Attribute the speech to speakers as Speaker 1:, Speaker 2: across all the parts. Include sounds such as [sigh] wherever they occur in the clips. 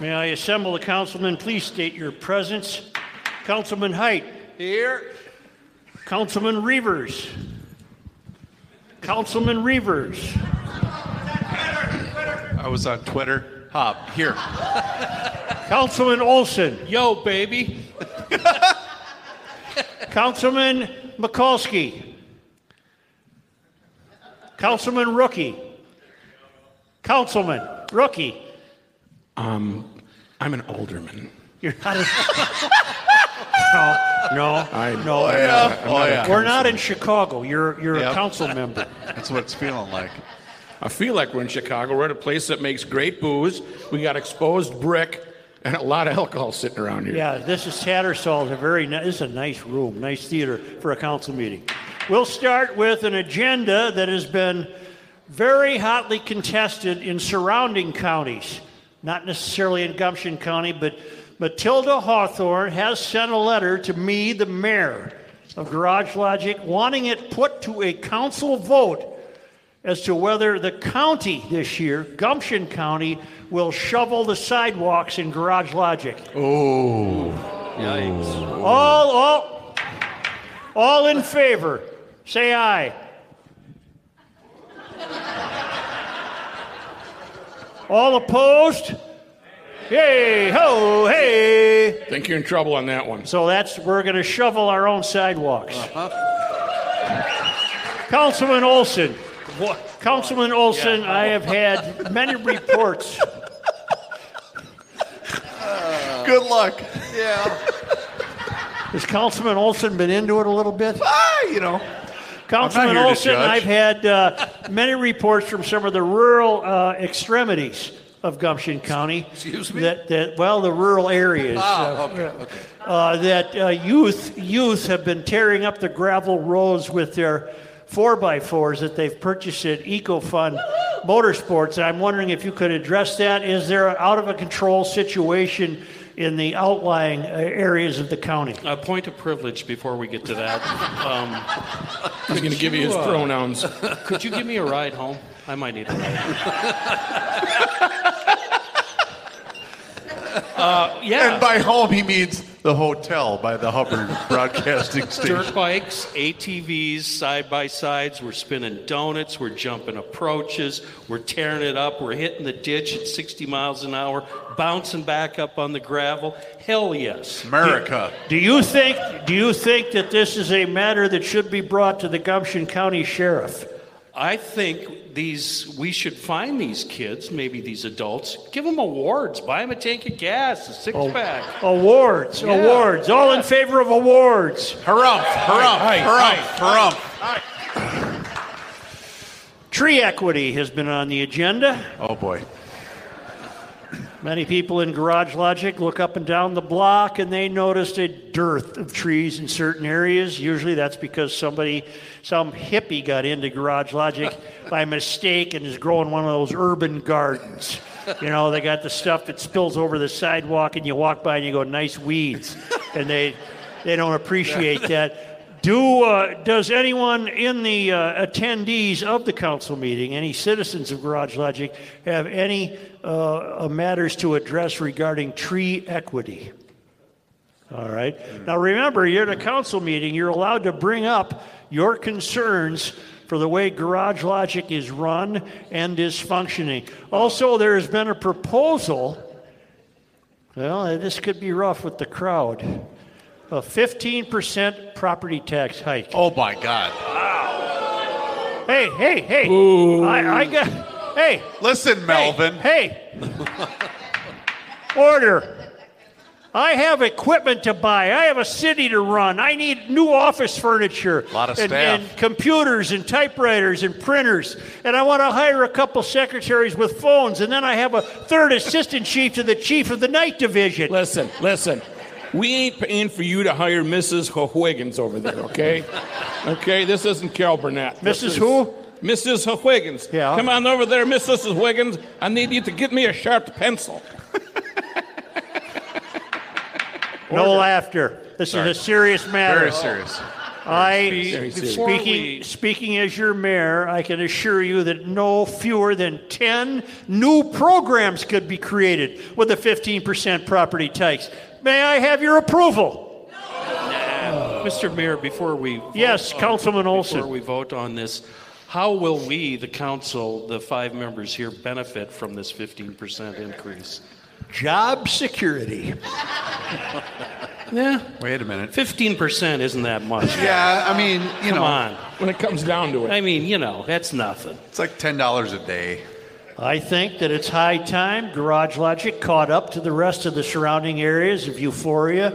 Speaker 1: May I assemble the councilmen? Please state your presence. Councilman Height.
Speaker 2: Here.
Speaker 1: Councilman Reavers. Councilman Reavers.
Speaker 2: I was on Twitter. Hop here.
Speaker 1: Councilman Olson.
Speaker 2: Yo, baby.
Speaker 1: Councilman Mikulski. Councilman Rookie. Councilman Rookie.
Speaker 3: I'm an alderman.
Speaker 1: You're not. A- no, no,
Speaker 3: I-
Speaker 1: no.
Speaker 3: Oh, yeah.
Speaker 2: Oh, yeah.
Speaker 1: We're not in Chicago. You're you're
Speaker 2: Yep.
Speaker 1: a council member.
Speaker 2: That's what it's feeling like.
Speaker 3: I feel like we're in Chicago. We're at a place that makes great booze. We got exposed brick and a lot of alcohol sitting around here.
Speaker 1: Yeah, this is Tattersall's a very, ni- this is a nice room, nice theater for a council meeting. We'll start with an agenda that has been very hotly contested in surrounding counties, not necessarily in Gumption County, but Matilda Hawthorne has sent a letter to me, the mayor of Garage Logic, wanting it put to a council vote as to whether the county this year, Gumption County, will shovel the sidewalks in Garage Logic. All, all, all in favor, say aye. All opposed? Yay, ho, hey.
Speaker 3: Think you're in trouble on that one.
Speaker 1: So that's, we're going to shovel our own sidewalks. Councilman Olson. Councilman Olson, I have had many reports.
Speaker 2: [laughs] Good luck. Yeah.
Speaker 1: Has Councilman Olson been into it a little bit?
Speaker 2: Ah, you know.
Speaker 1: Councilman
Speaker 2: here to
Speaker 1: Olson,
Speaker 2: judge.
Speaker 1: I've had uh, many reports from some of the rural uh, extremities of Gumption County.
Speaker 2: Excuse me?
Speaker 1: That, that well, the rural areas.
Speaker 2: Ah, okay, okay.
Speaker 1: Uh, that uh, youth youth have been tearing up the gravel roads with their four by fours that they've purchased at EcoFund Motorsports. And I'm wondering if you could address that. Is there an out of a control situation in the outlying uh, areas of the county?
Speaker 4: A point of privilege before we get to that.
Speaker 3: He's going to give you
Speaker 1: [laughs]
Speaker 3: his
Speaker 4: you, uh,
Speaker 3: pronouns.
Speaker 4: Um, could you give me a ride home? I might need a ride. Uh,
Speaker 2: And
Speaker 4: yeah,
Speaker 2: by home, he means the hotel by the [laughs] Hubbard Broadcasting Station.
Speaker 4: dirt bikes, ATVs, side by sides. We're spinning donuts. We're jumping approaches. We're tearing it up. We're hitting the ditch at 60 miles an hour, bouncing back up on the gravel. Hell yes.
Speaker 2: America.
Speaker 1: Do you think do you think that this is a matter that should be brought to the Gumption County Sheriff?
Speaker 4: I think these we should find these kids, maybe these adults, give them awards, buy them a tank of gas, a six pack.
Speaker 1: Awards, awards, all in favor of awards.
Speaker 2: Harumph, harumph, harumph, harumph.
Speaker 1: Tree equity has been on the agenda.
Speaker 2: Oh, boy.
Speaker 1: Many people in Garage Logic look up and down the block and they noticed a dearth of trees in certain areas. Usually that's because somebody, some hippie got into Garage Logic by mistake and is growing one of those urban gardens. You know, they got the stuff that spills over the sidewalk and you walk by and you go, nice weeds. And they, they don't appreciate that. Do, uh, does anyone in the uh, attendees of the council meeting, any citizens of Garage Logic, have any uh, uh, matters to address regarding tree equity? All right. Now remember, you're at a council meeting, you're allowed to bring up your concerns for the way Garage Logic is run and is functioning. Also, there has been a proposal. Well, this could be rough with the crowd. A 15% property tax hike.
Speaker 2: Oh, my God.
Speaker 1: Hey, hey, hey. I, I got. Hey,
Speaker 2: Listen, Melvin.
Speaker 1: Hey. hey.
Speaker 2: [laughs]
Speaker 1: Order. I have equipment to buy. I have a city to run. I need new office furniture.
Speaker 2: Lot of
Speaker 1: and,
Speaker 2: staff.
Speaker 1: and computers and typewriters and printers. And I want to hire a couple secretaries with phones. And then I have a third assistant chief to the chief of the night division.
Speaker 3: Listen, listen. We ain't paying for you to hire Mrs. Hohiggins over there, okay? Okay, this isn't Carol Burnett. This
Speaker 1: Mrs.
Speaker 3: is-
Speaker 1: who?
Speaker 3: Mrs. Hohiggins.
Speaker 1: Yeah.
Speaker 3: Come on over there, Mrs. Hohiggins. I need you to get me a sharp pencil.
Speaker 1: no laughter. This is a serious matter.
Speaker 2: Very serious.
Speaker 1: I,
Speaker 3: serious.
Speaker 1: speaking, speaking as your mayor, I can assure you that no fewer than 10 new programs could be created with a 15% property tax. May I have your approval?
Speaker 4: Mr. Mayor, before we. vote
Speaker 1: Yes,
Speaker 4: on-
Speaker 1: Councilman Olson.
Speaker 4: Oh, Before we vote on this, how will we, the council, the five members here, benefit from this 15% increase?
Speaker 1: Job security.
Speaker 4: Yeah,
Speaker 2: Wait a minute.
Speaker 4: 15% isn't that much.
Speaker 2: Yeah, I mean, you
Speaker 4: Come
Speaker 2: know,
Speaker 4: on.
Speaker 3: When it comes down to it,
Speaker 4: I mean, you know, that's nothing.
Speaker 2: it's like ten dollars a day.
Speaker 1: I think that it's high time Garage Logic caught up to the rest of the surrounding areas of Euphoria,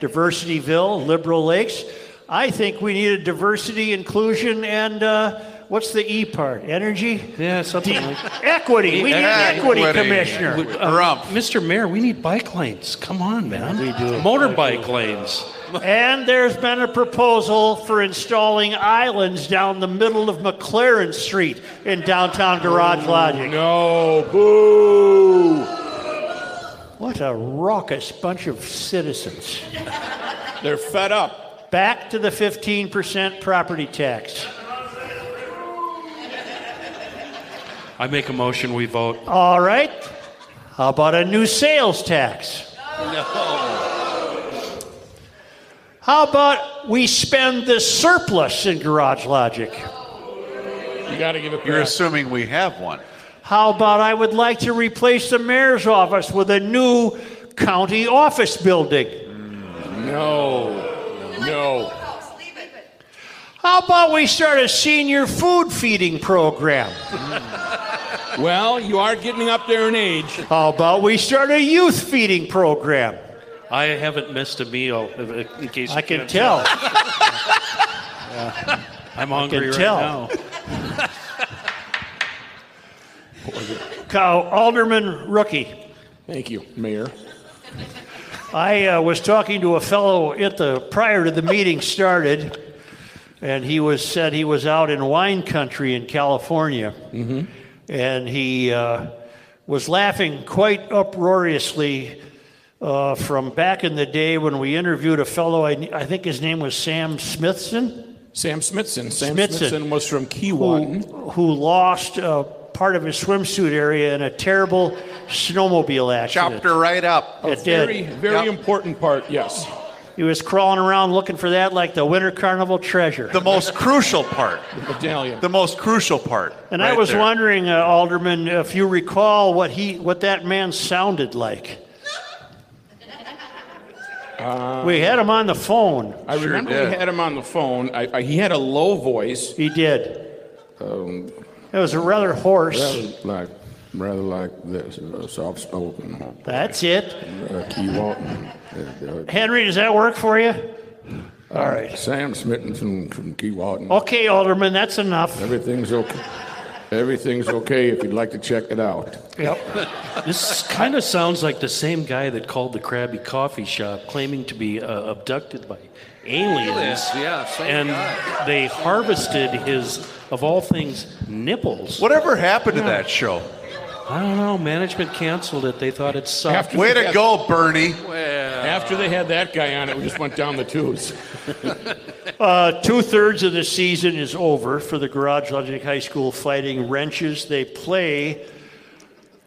Speaker 1: Diversityville, Liberal Lakes. I think we need a diversity, inclusion, and uh, what's the E part? Energy?
Speaker 4: Yeah, something like.
Speaker 1: Equity. We need an equity,
Speaker 2: Equity.
Speaker 1: commissioner.
Speaker 2: We- Rumpf.
Speaker 4: Mr. Mayor, we need bike lanes. Come on, man. We do. Motorbike lanes.
Speaker 1: And there's been a proposal for installing islands down the middle of McLaren Street in downtown Garage Logic.
Speaker 3: no, boo.
Speaker 1: What a raucous bunch of citizens.
Speaker 3: They're fed up.
Speaker 1: Back to the 15% property tax.
Speaker 4: I make a motion, we vote.
Speaker 1: All right. How about a new sales tax? No. How about we spend the surplus in Garage Logic?
Speaker 3: You got to give it
Speaker 2: You're
Speaker 3: back.
Speaker 2: assuming we have one.
Speaker 1: How about I would like to replace the mayor's office with a new county office building?
Speaker 3: No, no.
Speaker 1: How about we start a senior food feeding program?
Speaker 3: Well, you are getting up there in age.
Speaker 1: How about we start a youth feeding program?
Speaker 4: I haven't missed a meal, if- in case.
Speaker 1: I
Speaker 4: you
Speaker 1: can
Speaker 4: can't
Speaker 1: tell.
Speaker 4: I'm hungry right
Speaker 1: tell.
Speaker 4: now.
Speaker 1: Cow- Alderman Rookie.
Speaker 3: Thank you, Mayor.
Speaker 1: I uh, was talking to a fellow at the prior to the meeting started, and he was said he was out in wine country in California, and he uh, was laughing quite uproariously uh, from back in the day when we interviewed a fellow. I, I think his name was Sam Smithson,
Speaker 3: Sam Smithson. Sam
Speaker 1: Smithson.
Speaker 3: Smithson, was from
Speaker 1: who,
Speaker 3: Keewatin.
Speaker 1: who lost uh, part of his swimsuit area in a terrible snowmobile accident.
Speaker 2: Chopped her right up.
Speaker 1: It did.
Speaker 3: Very, very
Speaker 2: Yep.
Speaker 3: important part, yes.
Speaker 1: He was crawling around looking for that like the winter carnival treasure.
Speaker 2: The most crucial part.
Speaker 3: Medallion.
Speaker 2: The most crucial part.
Speaker 1: And I
Speaker 2: right
Speaker 1: was
Speaker 2: there.
Speaker 1: wondering, uh, Alderman, if you recall what he, what that man sounded like.
Speaker 2: Um,
Speaker 1: we had him on the phone.
Speaker 3: I remember we
Speaker 2: did.
Speaker 3: had him on the phone. I, I, he had a low voice.
Speaker 1: He did.
Speaker 2: um,
Speaker 1: it was a rather hoarse.
Speaker 5: like rather like this, uh, soft spoken.
Speaker 1: That's it.
Speaker 5: Uh, Key Walton. Uh,
Speaker 1: Henry, does that work for you? All
Speaker 5: uh,
Speaker 1: right.
Speaker 5: Sam Smitten from, from Key Walton.
Speaker 1: Okay, Alderman, that's enough.
Speaker 5: Everything's okay. Everything's okay if you'd like to check it out.
Speaker 4: This kind of sounds like the same guy that called the Krabby Coffee Shop claiming to be uh, abducted by aliens.
Speaker 6: yeah, same
Speaker 4: And
Speaker 6: guy.
Speaker 4: they harvested his, of all things, nipples.
Speaker 2: Whatever happened to that show?
Speaker 4: I don't know. Management canceled it. They thought it sucked.
Speaker 3: After,
Speaker 2: Way
Speaker 3: they
Speaker 2: to
Speaker 3: had-
Speaker 2: go, Bernie.
Speaker 3: after they had that guy on it, we just went down the tubes.
Speaker 1: Uh, Two thirds of the season is over for the Garage Logic High School Fighting Wrenches. They play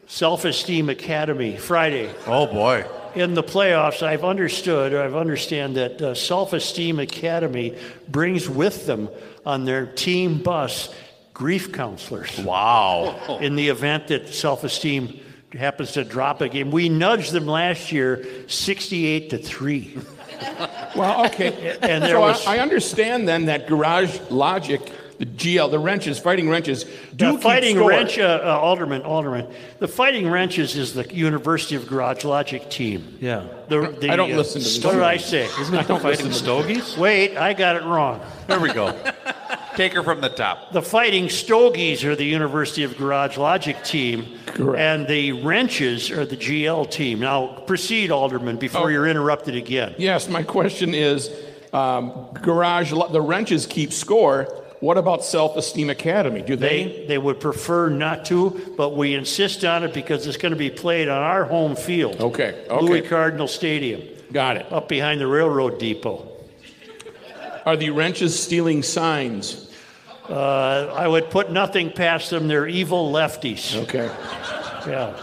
Speaker 1: Self Esteem Academy Friday.
Speaker 2: Oh boy.
Speaker 1: in the playoffs, I've understood, or I've understand that uh, Self Esteem Academy brings with them on their team bus grief counselors
Speaker 2: Wow.
Speaker 1: in the event that self esteem happens to drop a game. We nudged them last year 68 to 3.
Speaker 3: Well, [laughs] okay.
Speaker 1: And there
Speaker 3: so I-
Speaker 1: was-
Speaker 3: I, understand then that Garage Logic, the GL, the wrenches, fighting wrenches, do
Speaker 1: The
Speaker 3: keep
Speaker 1: Fighting
Speaker 3: score.
Speaker 1: Wrench, uh, uh, Alderman, Alderman, the Fighting Wrenches is the University of Garage Logic team.
Speaker 4: yeah.
Speaker 1: The, the,
Speaker 3: I don't
Speaker 1: uh,
Speaker 3: listen to them.
Speaker 1: What did I say?
Speaker 4: Isn't it the fighting stogies?
Speaker 1: Wait, I got it wrong.
Speaker 2: There we go. Take her from the top.
Speaker 1: the Fighting Stogies are the University of Garage Logic team, and the Wrenches are the GL team. Now, proceed, Alderman, before
Speaker 3: Oh.
Speaker 1: you're interrupted again.
Speaker 3: Yes, my question is um, Garage, Lo- the wrenches keep score. What about Self Esteem Academy? Do they?
Speaker 1: They, they would prefer not to, but we insist on it because it's going to be played on our home field.
Speaker 3: Okay, okay.
Speaker 1: Louis Cardinal Stadium,
Speaker 3: Got it.
Speaker 1: up behind the railroad depot.
Speaker 3: Are the wrenches stealing signs?
Speaker 1: Uh, I would put nothing past them. They're evil lefties.
Speaker 3: Okay.
Speaker 1: Yeah.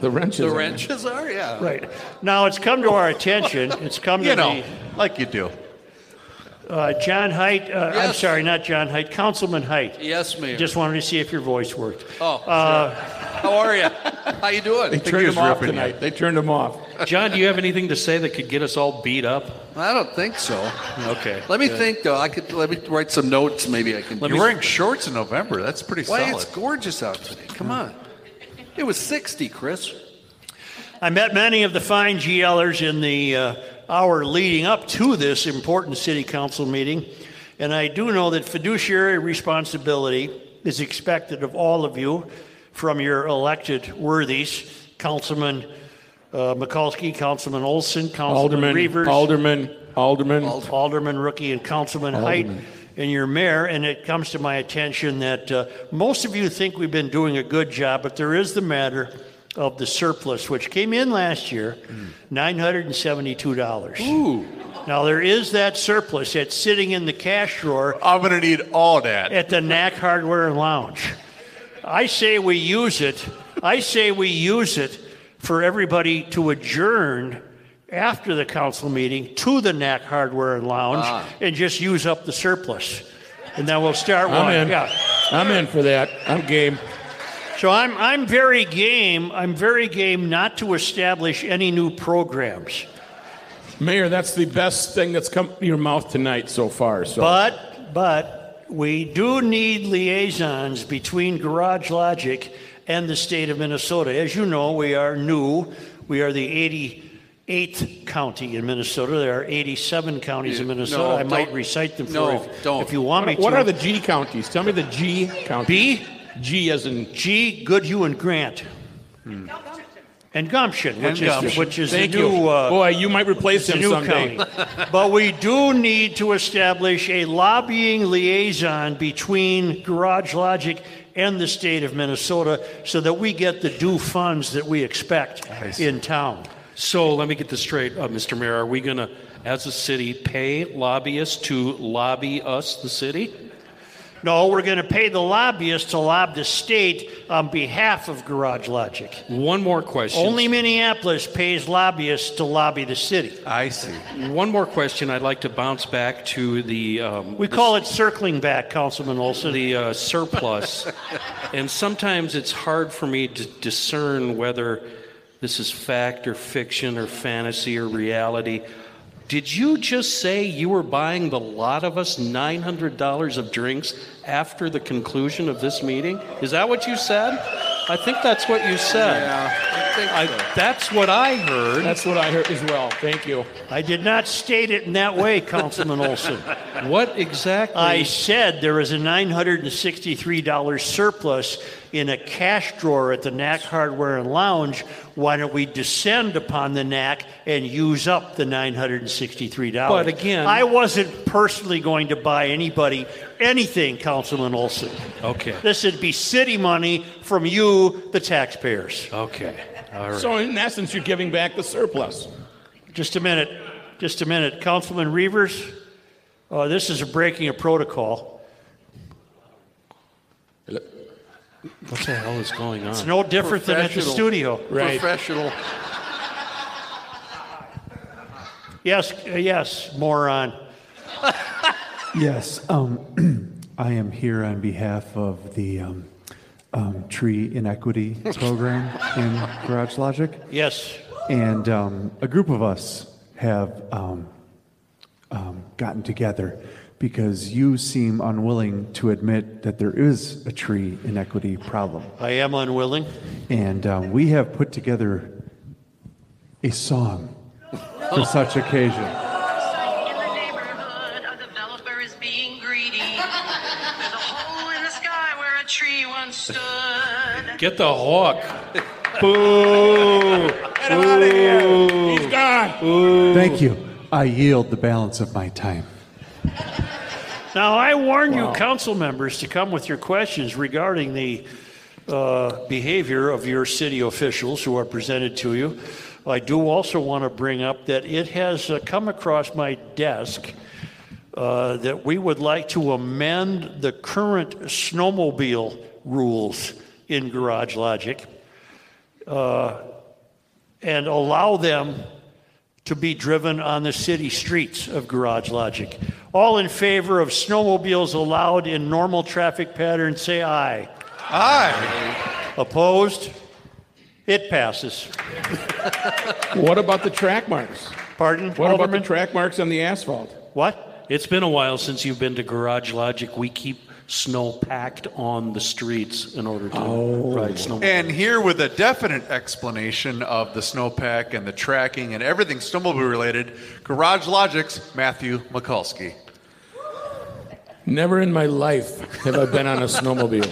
Speaker 3: The wrenches.
Speaker 4: The
Speaker 3: I mean.
Speaker 4: wrenches are, yeah.
Speaker 1: Right. Now it's come to our
Speaker 4: [laughs]
Speaker 1: attention. It's come to
Speaker 2: You know,
Speaker 1: the.
Speaker 2: like you do.
Speaker 1: Uh, John Height, uh, I'm
Speaker 4: Yes.
Speaker 1: sorry, not John Height, Councilman Height.
Speaker 4: Yes, Mayor.
Speaker 1: Just wanted to see if your voice worked.
Speaker 4: oh, how are you? How you
Speaker 3: They
Speaker 4: doing?
Speaker 2: think
Speaker 3: turned
Speaker 2: he was
Speaker 3: them off
Speaker 2: ripping you.
Speaker 3: tonight. They turned them off.
Speaker 4: John, do you have anything to say that could get us all beat up?
Speaker 6: I don't think so.
Speaker 4: Okay.
Speaker 6: Let me think though. I could let me write some notes. Maybe I can.
Speaker 4: Let
Speaker 6: do.
Speaker 2: You're
Speaker 4: me-
Speaker 2: wearing shorts in November. That's pretty
Speaker 6: Why
Speaker 2: solid. Hmm.
Speaker 6: it's gorgeous out today. Come on. It was 60, Chris.
Speaker 1: I met many of the fine GLers in the uh, hour leading up to this important city council meeting, and I do know that fiduciary responsibility is expected of all of you from your elected worthies, Councilman uh, Mikulski, Councilman Olson, Councilman
Speaker 3: Alderman,
Speaker 1: Reavers,
Speaker 3: Alderman, Alderman.
Speaker 1: Alderman Rookie and Councilman Height and your mayor, and it comes to my attention that uh, most of you think we've been doing a good job, but there is the matter of the surplus, which came in last year, $972. Ooh. Now, there is that surplus that's sitting in the cash drawer
Speaker 2: I'm going to need all that.
Speaker 1: at the Knack Hardware Lounge. I say we use it. I say we use it for everybody to adjourn after the council meeting to the Knack Hardware Lounge
Speaker 3: Ah.
Speaker 1: and just use up the surplus. And then we'll start one.
Speaker 3: I'm in.
Speaker 1: Yeah.
Speaker 3: I'm in for that. I'm game.
Speaker 1: So I'm, I'm very game. I'm very game not to establish any new programs.
Speaker 3: Mayor, that's the best thing that's come to your mouth tonight so far. So
Speaker 1: But, but we do need liaisons between Garage Logic and the state of Minnesota. As you know, we are new. We are the 88th county in Minnesota. There are 87 counties in
Speaker 6: Yeah,
Speaker 1: Minnesota.
Speaker 6: no,
Speaker 1: I might
Speaker 6: don't-
Speaker 1: recite them
Speaker 6: no,
Speaker 1: for you if,
Speaker 6: don't.
Speaker 1: if you want me
Speaker 3: what
Speaker 1: to.
Speaker 3: are the G counties? Tell me the G counties.
Speaker 1: B,
Speaker 3: G as in
Speaker 1: G, Goodhue, and Grant. And Gumption, which is,
Speaker 2: Gumption.
Speaker 1: which is the
Speaker 3: Thank you.
Speaker 1: new uh,
Speaker 3: Boy, you might
Speaker 1: It's
Speaker 3: replace
Speaker 1: a
Speaker 3: him
Speaker 1: new
Speaker 3: someday.
Speaker 1: county. [laughs] but we do need to establish a lobbying liaison between Garage Logic and the state of Minnesota so that we get the due funds that we expect in town.
Speaker 4: So let me get this straight, uh, Mr. Mayor. Are we going to, as a city, pay lobbyists to lobby us, the city?
Speaker 1: No, we're going to pay the lobbyists to lob the state on behalf of Garage Logic.
Speaker 4: One more question.
Speaker 1: Only Minneapolis pays lobbyists to lobby the city.
Speaker 2: I see.
Speaker 4: one more question. I'd like to bounce back to the um,
Speaker 1: We call it circling back, Councilman Olson.
Speaker 4: the uh,
Speaker 6: [laughs]
Speaker 4: surplus, and sometimes it's hard for me to discern whether this is fact or fiction or fantasy or reality. Did you just say you were buying the lot of us $900 of drinks after the conclusion of this meeting? Is that what you said? I think that's what you said.
Speaker 6: I think
Speaker 4: I,
Speaker 6: so.
Speaker 4: that's what I heard.
Speaker 3: That's what I heard as well. Thank you.
Speaker 1: I did not state it in that way, Councilman Olson.
Speaker 4: What exactly?
Speaker 1: I said there is a $963 surplus in a cash drawer at the Knack Hardware and Lounge. Why don't we descend upon the Knack and use up the $963?
Speaker 4: But again-
Speaker 1: I wasn't personally going to buy anybody anything, Councilman Olson.
Speaker 4: okay.
Speaker 1: This would be city money from you, the taxpayers.
Speaker 4: Okay. All right.
Speaker 3: So in essence, you're giving back the surplus.
Speaker 1: Just a minute. Just a minute. Councilman Reavers, uh, this is a breaking of protocol.
Speaker 4: what the hell is going on?
Speaker 1: It's no different than at the
Speaker 6: Professional.
Speaker 1: studio.
Speaker 3: Right.
Speaker 6: Professional.
Speaker 1: Yes, uh, yes, moron.
Speaker 7: Yes, um, [clears throat] I am here on behalf of the um, um, Tree Inequity Program in Garage Logic.
Speaker 1: Yes.
Speaker 7: And um, a group of us have um, um, gotten together because you seem unwilling to admit that there is a tree inequity problem.
Speaker 1: I am unwilling.
Speaker 7: And um, we have put together a song for such occasion.
Speaker 8: in the neighborhood, a developer is being greedy. There's a hole in the sky where a tree once stood.
Speaker 4: Get the hawk.
Speaker 3: [laughs]
Speaker 4: Boo.
Speaker 3: Get him out of here. He's gone.
Speaker 7: Thank you. I yield the balance of my time.
Speaker 1: Now, I warn you, council members, to come with your questions regarding the uh, behavior of your city officials who are presented to you. I do also want to bring up that it has uh, come across my desk uh, that we would like to amend the current snowmobile rules in Garage Logic uh, and allow them to be driven on the city streets of Garage Logic. All in favor of snowmobiles allowed in normal traffic patterns, say aye. Aye. Opposed? It passes.
Speaker 3: What about the track marks?
Speaker 1: Pardon,
Speaker 3: What about the
Speaker 1: Alderman?
Speaker 3: track marks on the asphalt?
Speaker 1: What?
Speaker 4: It's been a while since you've been to Garage Logic. We keep snow packed on the streets in order to
Speaker 1: Oh.
Speaker 4: ride snow.
Speaker 2: And here with a definite explanation of the snowpack and the tracking and everything snowmobile related, Garage Logic's Matthew Mikulski.
Speaker 3: Never in my life have I been on a snowmobile.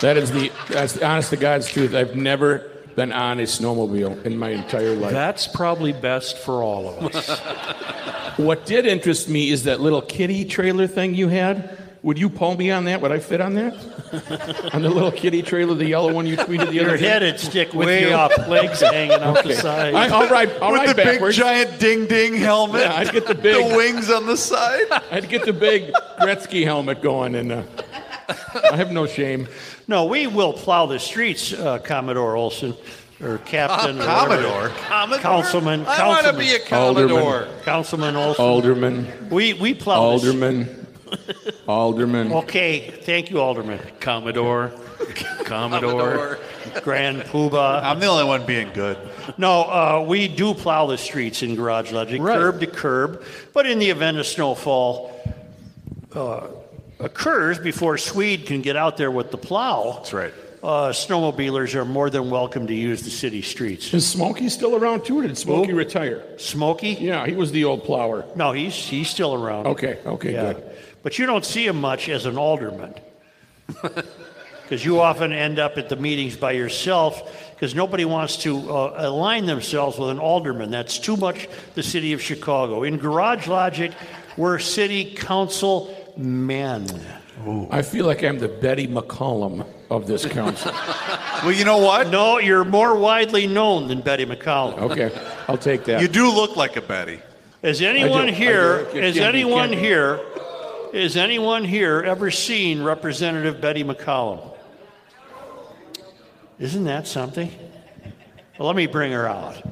Speaker 3: That is the that's the honest to God's truth. I've never been on a snowmobile in my entire life.
Speaker 4: That's probably best for all of us.
Speaker 3: what did interest me is that little kitty trailer thing you had. Would you pull me on that? Would I fit on [laughs] that? on the little kitty trailer, the yellow one you tweeted
Speaker 1: [laughs]
Speaker 3: the
Speaker 1: Your
Speaker 3: other day?
Speaker 1: head would stick
Speaker 4: With
Speaker 1: way
Speaker 4: your-
Speaker 1: up, legs hanging out the side.
Speaker 3: I, I'll ride, I'll
Speaker 2: with
Speaker 3: ride
Speaker 2: the
Speaker 3: backwards.
Speaker 2: big giant ding ding helmet.
Speaker 3: Yeah, I'd get the big-
Speaker 2: the wings on the side.
Speaker 3: [laughs] I'd get the big Gretzky helmet going, and uh, I have no shame.
Speaker 1: No, we will plow the streets, uh, Commodore Olson, or Captain. or
Speaker 2: Commodore.
Speaker 1: whatever.
Speaker 6: Commodore?
Speaker 1: Councilman.
Speaker 6: I want to
Speaker 1: Councilman.
Speaker 6: be a Commodore.
Speaker 1: Councilman Olson.
Speaker 5: Alderman,
Speaker 1: We, we plow the streets.
Speaker 5: Alderman, Alderman.
Speaker 1: Okay, thank you, Alderman.
Speaker 4: Commodore, Commodore.
Speaker 6: Commodore.
Speaker 1: Grand Poobah.
Speaker 2: I'm the only one being good.
Speaker 1: No, uh, we do plow the streets in Garage Logic, curb to curb, but in the event a snowfall uh, occurs before Swede can get out there with the plow,
Speaker 2: That's right.
Speaker 1: uh, snowmobilers are more than welcome to use the city streets.
Speaker 3: Is Smokey still around too, or did Smokey retire?
Speaker 1: Smokey?
Speaker 3: Yeah, he was the old plower.
Speaker 1: No, he's, he's still around.
Speaker 3: Okay, okay, good.
Speaker 1: But you don't see him much as an
Speaker 3: [laughs]
Speaker 1: alderman. Because you often end up at the meetings by yourself because nobody wants to uh, align themselves with an alderman. That's too much the city of Chicago. In Garage Logic, we're city council men.
Speaker 3: I feel like I'm the Betty McCollum of this [laughs] council.
Speaker 2: Well, you know what?
Speaker 1: No, you're more widely known than Betty McCollum.
Speaker 3: Okay, I'll take that.
Speaker 2: You do look like a Betty.
Speaker 1: Is anyone
Speaker 3: I do,
Speaker 1: here,
Speaker 3: it
Speaker 1: is
Speaker 3: can be,
Speaker 1: anyone
Speaker 3: can be.
Speaker 1: here, is anyone here ever seen Representative Betty McCollum? Isn't that something? Well, let me bring her out.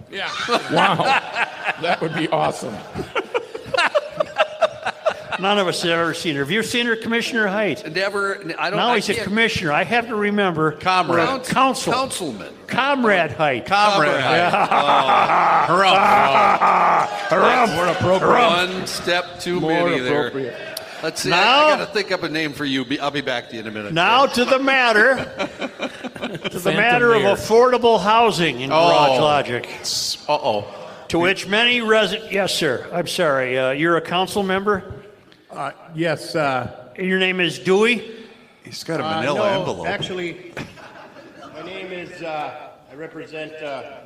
Speaker 3: wow, that would be awesome.
Speaker 1: None of us have ever seen her. Have you seen her, Commissioner Height?
Speaker 6: Never. I don't.
Speaker 1: Now
Speaker 6: I
Speaker 1: he's a
Speaker 6: can't-
Speaker 1: commissioner. I have to remember.
Speaker 2: Comrade.
Speaker 1: We're a Council.
Speaker 6: Councilman.
Speaker 1: Comrade Height.
Speaker 2: Comrade. Oh,
Speaker 3: More appropriate.
Speaker 6: One step too
Speaker 3: More
Speaker 6: many there.
Speaker 3: appropriate.
Speaker 6: Let's see.
Speaker 1: Now-
Speaker 6: I, I got to think up a name for you. Be- I'll be back to you in a minute.
Speaker 1: Now to the
Speaker 6: [laughs]
Speaker 1: matter. to the matter of
Speaker 3: mayor.
Speaker 1: affordable housing in Garage
Speaker 2: Oh.
Speaker 1: Logic.
Speaker 2: Uh oh.
Speaker 1: To which many residents, yes, sir. I'm sorry. Uh, you're a council member.
Speaker 9: Uh, Yes. uh,
Speaker 1: and Your name is Dewey.
Speaker 2: He's got a
Speaker 9: uh,
Speaker 2: manila
Speaker 9: no,
Speaker 2: envelope.
Speaker 9: Actually, my name is, uh, I represent uh,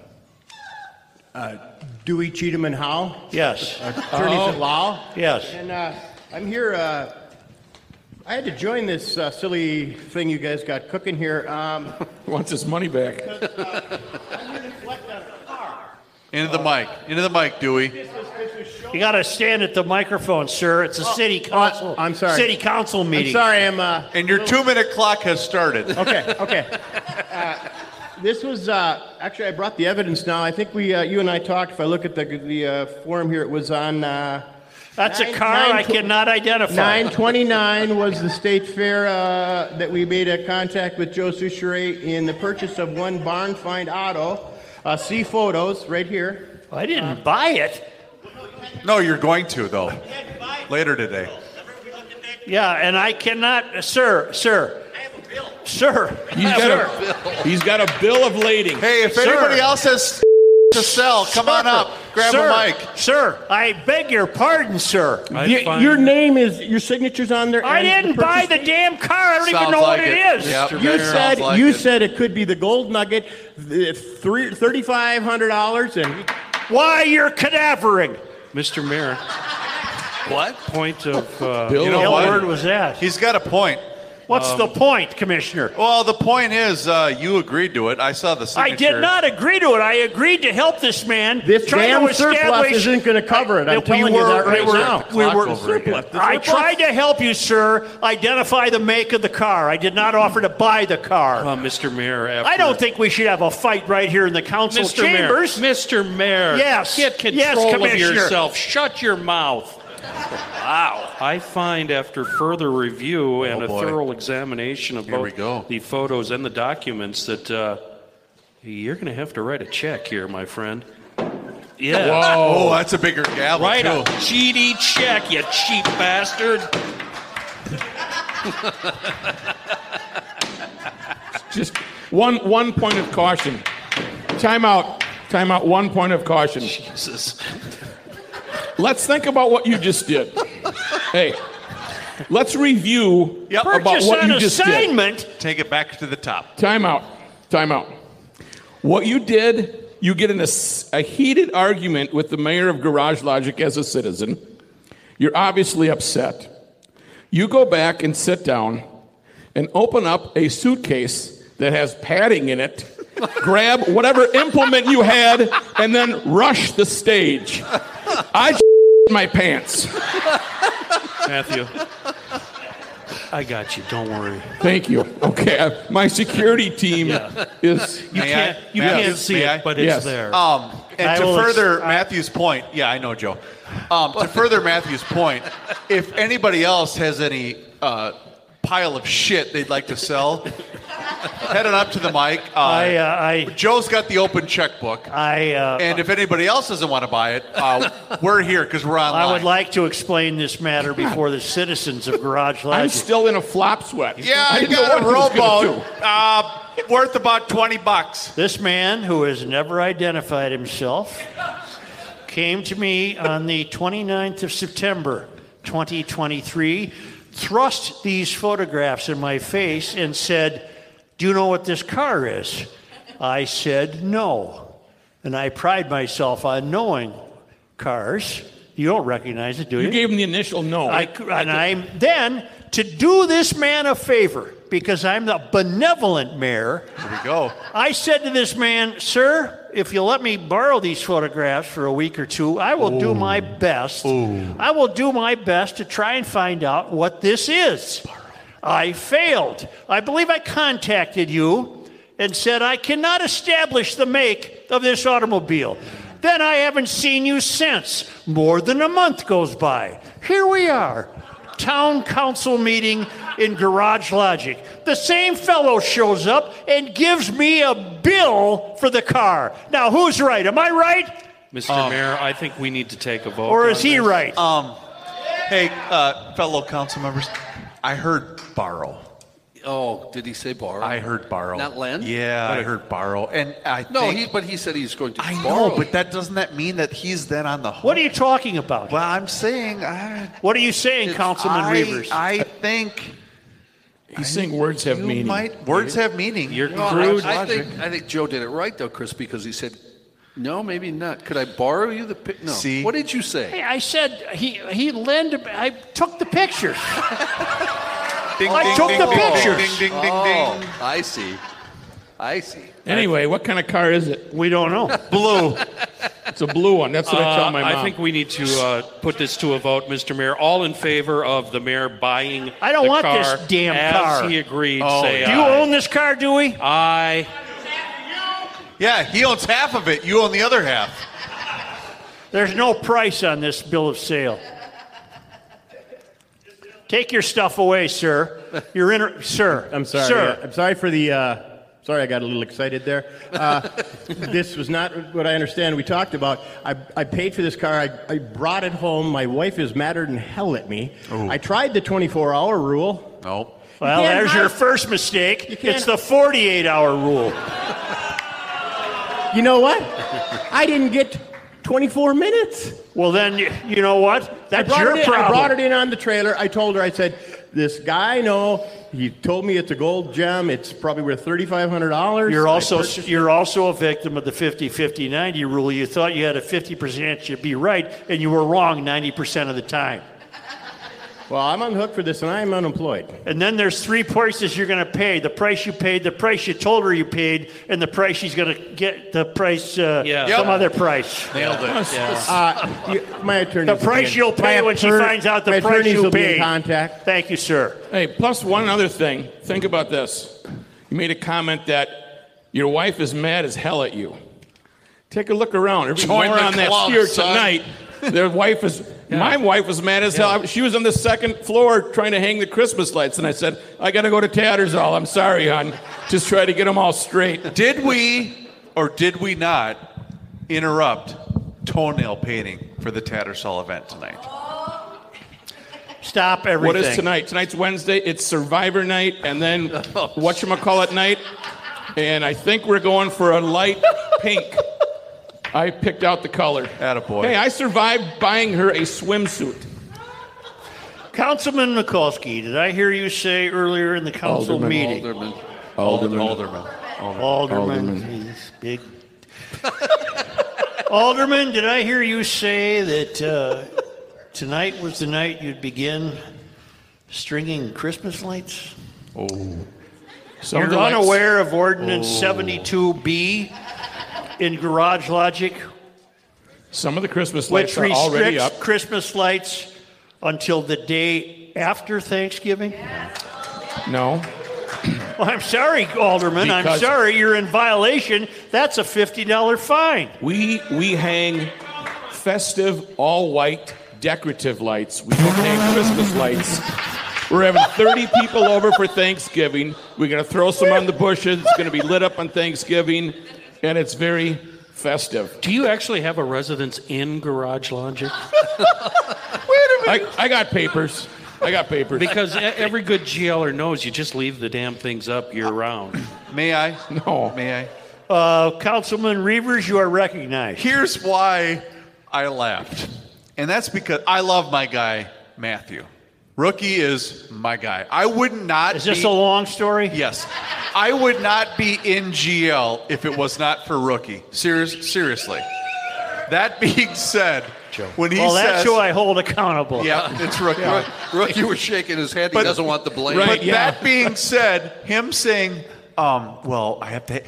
Speaker 9: uh, Dewey Cheatham and Howe,
Speaker 1: Yes.
Speaker 9: Uh, attorneys at law.
Speaker 1: Yes.
Speaker 9: And uh, I'm here, uh, I had to join this uh, silly thing you guys got cooking here. Um,
Speaker 3: He wants his money back.
Speaker 2: Into the mic. Into the mic, Dewey.
Speaker 9: This was this was shown-
Speaker 1: You got to stand at the microphone, sir. It's a city council.
Speaker 9: I'm sorry.
Speaker 1: City council
Speaker 9: I'm
Speaker 1: meeting.
Speaker 9: sorry, I'm, uh,
Speaker 2: And your two minute clock has started.
Speaker 1: [laughs]
Speaker 9: [laughs] okay, okay. Uh, This was, uh, actually, I brought the evidence now. I think we, uh, you and I talked, if I look at the, the uh, form here, it was on, uh,
Speaker 1: That's a
Speaker 9: Nine-
Speaker 1: car
Speaker 9: nine
Speaker 1: I
Speaker 9: tw-
Speaker 1: cannot
Speaker 9: [laughs]
Speaker 1: identify.
Speaker 9: 929 was the state fair uh, that we made a contact with Joe Souchere in the purchase of one barn find auto. Uh, See photos right here.
Speaker 1: I didn't buy it.
Speaker 2: No, you're going to, though. Later today.
Speaker 1: Yeah, and I cannot, sir, sir. Sir,
Speaker 3: He's got, a, he's got a bill of lading.
Speaker 2: Hey, if
Speaker 1: Sir.
Speaker 2: anybody else has [laughs] to sell, come on up. Grab
Speaker 1: sir,
Speaker 2: a mic.
Speaker 1: Sir, I beg your pardon, sir.
Speaker 4: I'd find-
Speaker 9: name is, your signature's on there.
Speaker 1: I didn't buy the damn car. I don't even
Speaker 2: Sounds
Speaker 1: know
Speaker 2: like
Speaker 1: what
Speaker 2: it.
Speaker 1: it is.
Speaker 2: Yep.
Speaker 9: You
Speaker 2: Mayor,
Speaker 9: said,
Speaker 2: sounds like
Speaker 9: you
Speaker 2: it.
Speaker 9: said it could be the gold nugget, the three- $3,500 and
Speaker 1: Why you're cadavering?
Speaker 4: Mr. Mayor,
Speaker 6: What?
Speaker 4: point of uh,
Speaker 3: Bill
Speaker 2: You know
Speaker 1: What
Speaker 2: what? um,
Speaker 1: word was that?
Speaker 2: He's got a point.
Speaker 1: What's the point, Commissioner?
Speaker 2: Well, the point is, uh, you agreed to it. I saw the
Speaker 1: I
Speaker 2: signature.
Speaker 1: did not agree to it. I agreed to help this man.
Speaker 9: This
Speaker 1: try
Speaker 9: damn
Speaker 1: to
Speaker 9: surplus
Speaker 1: establish-
Speaker 9: isn't gonna cover it. I'm
Speaker 1: I- we
Speaker 9: telling you
Speaker 1: were-
Speaker 9: that right
Speaker 1: we were-
Speaker 9: now.
Speaker 1: We
Speaker 2: Clock
Speaker 1: were
Speaker 2: over again.
Speaker 1: I tried to help you, sir. Identify the make of the car. I did not offer to buy the car.
Speaker 2: Um,
Speaker 4: Uh, Mr. Mayor, after
Speaker 1: I don't think we should have a fight right here in the council
Speaker 4: Mr.
Speaker 1: chambers.
Speaker 4: Mayor, Mr. Mayor,
Speaker 1: Yes.
Speaker 4: get control
Speaker 1: Yes,
Speaker 4: of
Speaker 1: Commissioner.
Speaker 4: yourself. Shut your mouth. Wow. I find after further review and
Speaker 2: Oh,
Speaker 4: a
Speaker 2: boy.
Speaker 4: thorough examination of
Speaker 2: Here we
Speaker 4: both
Speaker 2: go.
Speaker 4: the photos and the documents that uh, you're going to have to write a check here, my friend. Yeah.
Speaker 2: Oh, that's a bigger gavel
Speaker 4: Write a
Speaker 2: too.
Speaker 4: GD check, you cheap bastard.
Speaker 3: Just one one point of caution. Time out. Time out. One point of caution.
Speaker 4: Jesus.
Speaker 3: Let's think about what you just did. Hey, let's review
Speaker 2: Yep.
Speaker 3: about
Speaker 1: Purchase
Speaker 3: what
Speaker 1: on
Speaker 3: you just did.
Speaker 1: assignment.
Speaker 2: Take it back to the top.
Speaker 3: Time out. Time out. What you did, you get in a, s- a heated argument with the mayor of Garage Logic as a citizen. You're obviously upset. You go back and sit down and open up a suitcase that has padding
Speaker 1: [laughs]
Speaker 3: in it, grab whatever implement you had, and then rush the stage. I [laughs] my pants.
Speaker 4: Matthew. I got you. Don't worry.
Speaker 3: Thank you. Okay, I- my security team is.
Speaker 4: You
Speaker 2: May
Speaker 4: can't,
Speaker 2: I?
Speaker 4: Eh, you
Speaker 2: Matthew,
Speaker 4: can't see
Speaker 2: may
Speaker 4: it,
Speaker 2: I?
Speaker 4: but it's
Speaker 3: Yes.
Speaker 4: there.
Speaker 2: Um, and
Speaker 1: I
Speaker 2: to
Speaker 1: will ex-
Speaker 2: further Matthew's point, yeah, I know, Joe. Um, to further Matthew's point, if anybody else has any uh, pile of shit they'd like to sell, [laughs] head on up to the mic. Uh,
Speaker 1: I, uh, I,
Speaker 2: Joe's got the open checkbook,
Speaker 1: I, uh,
Speaker 2: and if anybody else doesn't want to buy it, uh, we're here because we're online.
Speaker 1: I would like to explain this matter before the citizens of Garage
Speaker 3: I'm
Speaker 1: Logic.
Speaker 3: still in a flop sweat.
Speaker 2: Yeah,
Speaker 3: I
Speaker 2: I
Speaker 3: didn't know
Speaker 2: got a
Speaker 3: what he was gonna
Speaker 2: rowboat uh, worth about twenty bucks.
Speaker 1: This man, who has never identified himself, came to me on the 29th of September 2023, thrust these photographs in my face, and said, Do you know what this car is? I said, No. And I pride myself on knowing cars. You don't recognize it, do you?
Speaker 3: You gave him the initial no.
Speaker 1: I, and I'm then to do this man a favor because I'm the benevolent mayor.
Speaker 2: Here we go.
Speaker 1: I said to this man, Sir, if you'll let me borrow these photographs for a week or two, I will do my best. I will do my best to try and find out what this is. I failed. I believe I contacted you and said, I cannot establish the make of this automobile. Then I haven't seen you since. More than a month goes by. Here we are town council meeting in Garage Logic. The same fellow shows up and gives me a bill for the car. Now, who's right? Am I right?
Speaker 4: Mr. Mayor, I think we need to take a vote.
Speaker 1: Or
Speaker 4: on
Speaker 1: is he
Speaker 4: this.
Speaker 1: right?
Speaker 2: Hey, uh, fellow council members, I heard borrow.
Speaker 6: Oh, did he say borrow?
Speaker 2: I heard borrow.
Speaker 6: Not lend?
Speaker 2: Yeah, I heard borrow, and I
Speaker 6: No,
Speaker 2: think,
Speaker 6: he, but he said he's going to
Speaker 2: I
Speaker 6: borrow.
Speaker 2: know, but that doesn't that mean that he's then on the hook?
Speaker 1: what are you talking about?
Speaker 2: Well, I'm saying, I,
Speaker 1: What are you saying, Councilman
Speaker 2: I,
Speaker 1: Reavers?
Speaker 2: I think
Speaker 3: He's saying words have
Speaker 2: you
Speaker 3: meaning.
Speaker 2: might words have meaning.
Speaker 4: You're
Speaker 6: No, I-
Speaker 4: crude.
Speaker 6: I, think I think Joe did it right though, Chris, because he said, "No, maybe not. Could I borrow you the pic?" No.
Speaker 2: See?
Speaker 6: What did you say?
Speaker 1: Hey, I said he he lend. I took the pictures.
Speaker 2: Ding,
Speaker 1: I
Speaker 2: ding,
Speaker 1: took
Speaker 2: ding,
Speaker 1: the
Speaker 2: ding, ding,
Speaker 1: pictures.
Speaker 2: Ding, ding, ding,
Speaker 6: Oh,
Speaker 2: ding.
Speaker 6: I see. I see.
Speaker 3: Anyway, what kind of car is it?
Speaker 1: We don't [laughs] know.
Speaker 2: Blue.
Speaker 3: It's a blue one. That's what I tell
Speaker 4: Uh,
Speaker 3: my mom.
Speaker 4: I think we need to uh, put this to a vote, Mr. Mayor. All in favor of the mayor buying
Speaker 1: I don't
Speaker 4: the
Speaker 1: want
Speaker 4: car
Speaker 1: this damn
Speaker 4: as
Speaker 1: car.
Speaker 4: he agreed,
Speaker 2: Oh,
Speaker 4: say
Speaker 1: Do
Speaker 2: yeah.
Speaker 1: you
Speaker 4: aye.
Speaker 1: own this car, Dewey?
Speaker 4: Aye.
Speaker 2: Yeah, he owns half of it. You own the other half.
Speaker 1: There's no price on this bill of sale. Take your stuff away, sir. You're in, sir.
Speaker 9: I'm sorry.
Speaker 1: sir.
Speaker 9: I'm sorry for the. Uh, sorry, I got a little excited there. Uh, [laughs] this was not what I understand we talked about. I, I paid for this car. I, I brought it home. My wife is madder than hell at me. I tried the 24 hour rule.
Speaker 2: No.
Speaker 1: Well,
Speaker 9: can't
Speaker 1: there's
Speaker 9: hide-
Speaker 1: your first mistake.
Speaker 9: You can't-
Speaker 1: It's the 48 hour rule.
Speaker 9: You know what? I didn't get 24 minutes.
Speaker 1: Well, then, you, you know what?
Speaker 9: I
Speaker 1: That's
Speaker 9: brought,
Speaker 1: your
Speaker 9: it in,
Speaker 1: problem.
Speaker 9: I brought it in on the trailer. I told her, I said, this guy I know, he told me it's a gold gem. It's probably worth $3,500.
Speaker 1: You're
Speaker 9: I
Speaker 1: also
Speaker 9: purchased
Speaker 1: you're also a victim of the 50 50 90 rule. You thought you had a 50% chance you'd be right, and you were wrong 90% of the time.
Speaker 9: Well, I'm on the hook for this, and I am unemployed.
Speaker 1: And then there's three prices you're going to pay: the price you paid, the price you told her you paid, and the price she's going to get. The price, uh,
Speaker 4: Yeah.
Speaker 1: some
Speaker 4: Yep.
Speaker 1: other price.
Speaker 2: Nailed it.
Speaker 9: Uh, you- my attorney.
Speaker 1: The price you'll pay when she finds out the
Speaker 9: my
Speaker 1: price
Speaker 9: attorneys
Speaker 1: you
Speaker 9: will Be
Speaker 1: paid.
Speaker 9: in contact.
Speaker 1: Thank you, sir.
Speaker 3: Hey, plus one other thing. Think about this. You made a comment that your wife is mad as hell at you. Take a look around. Every
Speaker 2: Join the
Speaker 3: moron that's
Speaker 2: club,
Speaker 3: here
Speaker 2: son. [laughs]
Speaker 3: tonight, their wife is. My wife was mad as hell. She was on the second floor trying to hang the Christmas lights, and I said, "I got to go to Tattersall. I'm sorry, hon. Just try to get them all straight."
Speaker 2: Did we or did we not interrupt toenail painting for the Tattersall event tonight?
Speaker 1: Stop everything.
Speaker 3: What is tonight? Tonight's Wednesday. It's Survivor night,
Speaker 1: [laughs]
Speaker 3: and then
Speaker 1: Oh.
Speaker 3: whatchamacallit night. And I think we're going for a light pink. I picked out the color.
Speaker 2: Attaboy.
Speaker 3: Hey, I survived buying her a swimsuit.
Speaker 1: Councilman Mikulski, did I hear you say earlier in the council
Speaker 5: Alderman,
Speaker 1: meeting?
Speaker 6: Alderman.
Speaker 5: Alderman.
Speaker 2: Alderman.
Speaker 1: Alderman,
Speaker 5: Alderman.
Speaker 1: he's big. [laughs] Alderman, did I hear you say that uh, tonight was the night you'd begin stringing Christmas lights?
Speaker 3: Something
Speaker 1: You're
Speaker 3: like-
Speaker 1: unaware of Ordinance
Speaker 3: Oh.
Speaker 1: 72B in Garage Logic,
Speaker 3: Some of the Christmas lights
Speaker 1: which
Speaker 3: are already up.
Speaker 1: restricts Christmas lights until the day after Thanksgiving?
Speaker 3: No.
Speaker 1: Well, I'm sorry, Alderman. I'm
Speaker 3: Because-
Speaker 1: sorry, you're in violation. That's a $50 fine.
Speaker 3: We we hang festive, all white, decorative lights. We don't hang Christmas lights. We're having 30 people over for Thanksgiving. We're gonna throw some on the bushes. It's gonna be lit up on Thanksgiving, and it's very festive.
Speaker 4: Do you actually have a residence in Garage Logic?
Speaker 3: I, I got papers. I got papers.
Speaker 4: Because e- every good GLer knows you just leave the damn things up year round.
Speaker 2: May I?
Speaker 3: No.
Speaker 2: May I?
Speaker 1: Uh, Councilman Reavers, you are recognized.
Speaker 2: Here's why I laughed. And that's because I love my guy, Matthew. Rookie is my guy. I would not
Speaker 1: Is this
Speaker 2: be-
Speaker 1: a long story?
Speaker 2: Yes. I would not be in GL if it was not for rookie. Serious, seriously. That being said, when he
Speaker 1: Well, that's
Speaker 2: says,
Speaker 1: who I hold accountable.
Speaker 2: "Yeah, it's rookie,"
Speaker 6: Rookie was shaking his head. He
Speaker 2: But-
Speaker 6: doesn't want the blame.
Speaker 3: Right.
Speaker 2: But
Speaker 3: yeah.
Speaker 2: that being said, him saying, um, "Well, I have to,"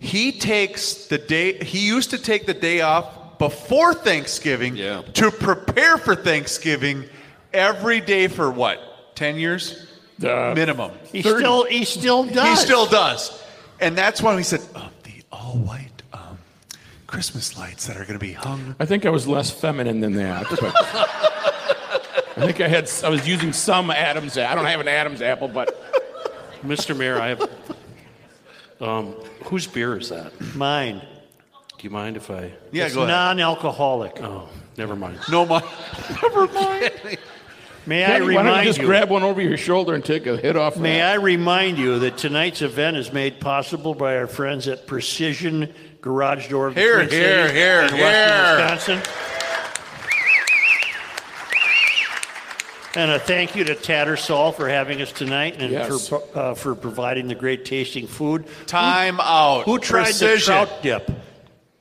Speaker 2: he takes the day. He used to take the day off before Thanksgiving
Speaker 6: Yeah.
Speaker 2: to prepare for Thanksgiving every day for what ten years
Speaker 3: Uh,
Speaker 2: minimum.
Speaker 1: He still he still does.
Speaker 2: He still does, and that's why we said um, the all white um, Christmas lights that are going to be hung.
Speaker 3: I think I was less feminine than that. but- I think I had. I was using some Adam's. I don't have an Adam's apple, but
Speaker 4: Mr. Mayor, I have. Um, whose beer is that? Do
Speaker 1: mine.
Speaker 4: you mind if I?
Speaker 2: Yeah,
Speaker 1: it's
Speaker 2: go ahead.
Speaker 1: non-alcoholic.
Speaker 4: Oh, never mind.
Speaker 2: No, my, never mind.
Speaker 1: May I
Speaker 3: Kenny, why don't you
Speaker 1: remind
Speaker 3: just
Speaker 1: you?
Speaker 3: grab one over your shoulder and take a hit off? of
Speaker 1: May
Speaker 3: that?
Speaker 1: I remind you that tonight's event is made possible by our friends at Precision Garage Door of the
Speaker 2: Here,
Speaker 1: Twin Cities
Speaker 2: here, here,
Speaker 1: in Western
Speaker 2: here.
Speaker 1: Wisconsin. And a thank you to Tattersall for having us tonight and
Speaker 3: Yes.
Speaker 1: for, uh, for providing the great tasting food.
Speaker 2: Time out.
Speaker 1: Who tried
Speaker 2: Precision.
Speaker 1: the trout dip?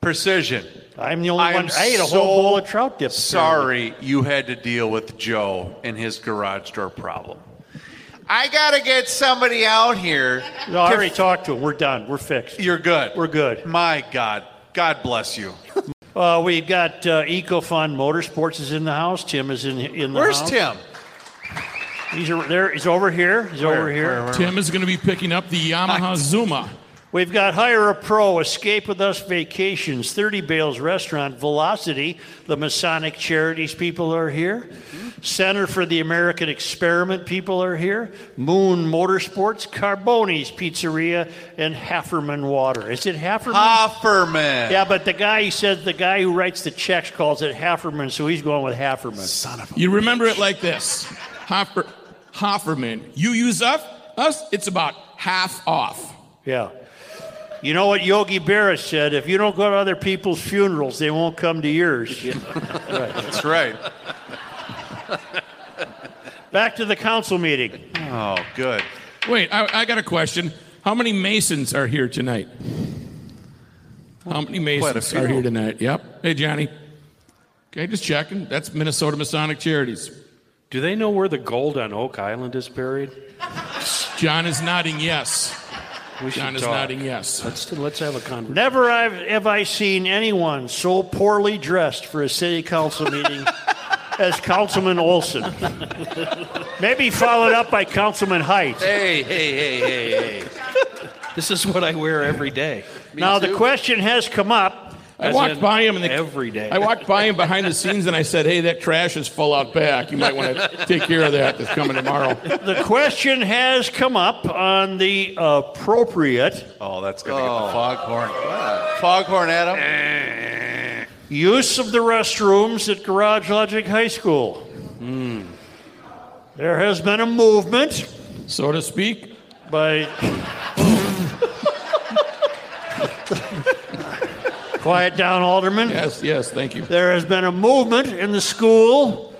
Speaker 2: Precision.
Speaker 1: I'm the only
Speaker 2: I am
Speaker 1: one. I ate a
Speaker 2: so
Speaker 1: whole bowl of trout dip.
Speaker 2: Sorry you had to deal with Joe and his garage door problem. I got to get somebody out here.
Speaker 1: No, I already talked to him. We're done. We're fixed.
Speaker 2: You're good.
Speaker 1: We're good.
Speaker 2: My God. God bless you.
Speaker 1: Uh, we've got uh, EcoFund Motorsports is in the house. Tim is in in the
Speaker 2: Where's
Speaker 1: house.
Speaker 2: Tim?
Speaker 1: He's over there. He's over here. He's over here.
Speaker 3: Tim is going to be picking up the Yamaha Zuma.
Speaker 1: We've got Hire a Pro, Escape with Us Vacations, 30 Bales Restaurant, Velocity, the Masonic Charities people are here, Center for the American Experiment people are here, Moon Motorsports, Carboni's Pizzeria, and Hafferman Water. Is it Hafferman?
Speaker 2: Hofferman.
Speaker 1: yeah, but the guy, he says the guy who writes the checks calls it Hafferman, so he's going with Hafferman.
Speaker 3: You remember it like this Hoffer, Hofferman, you use us, us, it's about half off.
Speaker 1: Yeah. You know what Yogi Berra said? If you don't go to other people's funerals, they won't come to yours.
Speaker 2: That's right.
Speaker 1: Back to the council meeting.
Speaker 2: Oh, good.
Speaker 3: Wait, I, I got a question. How many Masons are here tonight? How many
Speaker 2: quite a
Speaker 3: Masons are
Speaker 2: few.
Speaker 3: here tonight? Yep. Hey, Johnny. Okay, just checking. That's Minnesota Masonic Charities.
Speaker 4: Do they know where the gold on Oak Island is buried?
Speaker 3: John is nodding yes.
Speaker 4: We should
Speaker 3: John is
Speaker 4: talk.
Speaker 3: nodding yes.
Speaker 4: Let's let's have a conversation.
Speaker 1: Never have, have I seen anyone so poorly dressed for a city council meeting as Councilman Olson. Maybe followed up by Councilman Height.
Speaker 4: Hey, hey, hey, hey, hey. [laughs] this is what I wear every day.
Speaker 1: now, the question has come up.
Speaker 3: I
Speaker 4: As
Speaker 3: walked
Speaker 4: in
Speaker 3: by him and the,
Speaker 4: every day.
Speaker 3: I walked by him behind the scenes and I said, "Hey, that trash is full out back. You might want to take care of that. That's coming tomorrow."
Speaker 1: The question has come up on the appropriate
Speaker 2: Oh, that's gonna get the foghorn. Foghorn, Adam.
Speaker 1: use of the restrooms at Garage Logic High School. Hmm. There has been a movement
Speaker 3: So to speak.
Speaker 1: by [laughs] quiet down alderman
Speaker 3: Yes, yes. Thank you.
Speaker 1: there has been a movement in the school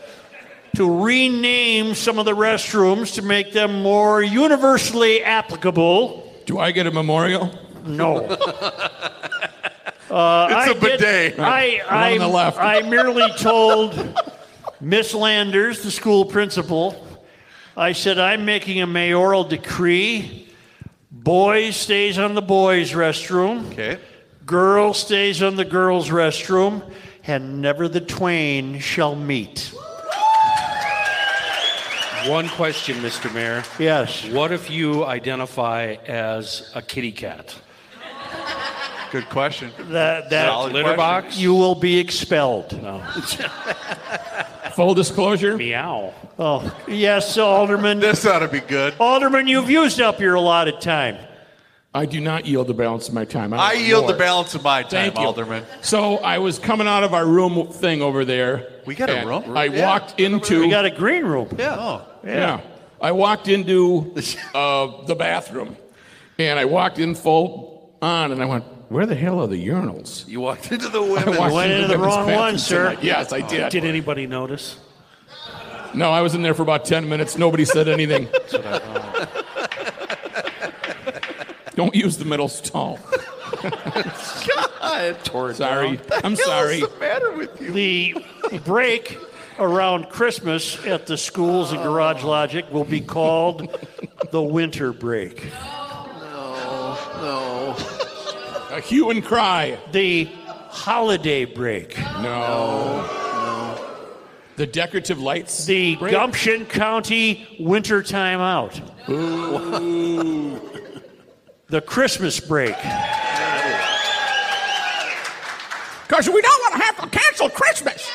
Speaker 1: to rename some of the restrooms to make them more universally applicable
Speaker 3: Do I get a memorial?
Speaker 1: no Uh, I
Speaker 2: a
Speaker 1: did-
Speaker 2: bidet.
Speaker 1: I,
Speaker 3: on
Speaker 1: I,
Speaker 3: the left.
Speaker 1: I merely told Miss Landers, the school principal, I said, I'm making a mayoral decree. Boys stays on the boys' restroom.
Speaker 2: Okay.
Speaker 1: Girl stays on the girls' restroom, and never the twain shall meet.
Speaker 4: One question, Mr. Mayor.
Speaker 1: Yes.
Speaker 4: What if you identify as a kitty cat?
Speaker 2: Good question.
Speaker 1: That, that
Speaker 2: Solid
Speaker 4: Litter
Speaker 2: question.
Speaker 4: box?
Speaker 1: you will be expelled.
Speaker 4: No.
Speaker 3: Full disclosure.
Speaker 4: Meow.
Speaker 1: Oh, yes, Alderman.
Speaker 2: This ought to be good.
Speaker 1: Alderman, you've used up your allotted time.
Speaker 3: I do not yield the balance of my
Speaker 1: Oh,
Speaker 3: time.
Speaker 2: I
Speaker 3: want
Speaker 2: yield the
Speaker 3: more.
Speaker 2: balance of my time,
Speaker 3: Thank you.
Speaker 2: Alderman.
Speaker 3: So I was coming out of our room thing over there.
Speaker 2: We got a
Speaker 3: and
Speaker 2: room?
Speaker 3: I
Speaker 2: Yeah.
Speaker 3: walked into.
Speaker 1: We got a green room.
Speaker 2: Yeah. Oh.
Speaker 3: Yeah. I
Speaker 2: [laughs]
Speaker 3: walked into uh, the bathroom and I walked in full on and I went, where the hell are the urinals?
Speaker 6: You walked into
Speaker 2: [laughs]
Speaker 6: the
Speaker 3: I
Speaker 6: women.
Speaker 3: walked
Speaker 1: went into the
Speaker 3: women's
Speaker 1: wrong
Speaker 3: bathroom
Speaker 1: one, sir.
Speaker 3: tonight. Yes, I did.
Speaker 4: Did anybody notice?
Speaker 3: No, I was in there for about 10 minutes. Nobody said anything. Don't use the middle stall. Sorry. I'm sorry.
Speaker 2: What's the matter with you?
Speaker 1: The break around Christmas at the schools and Garage Logic will be called the winter break.
Speaker 3: A hue and cry.
Speaker 1: The holiday break.
Speaker 3: No. The decorative lights.
Speaker 1: The
Speaker 3: break.
Speaker 1: Gumption County winter timeout. The Christmas break.
Speaker 3: Because we don't want to have to cancel Christmas.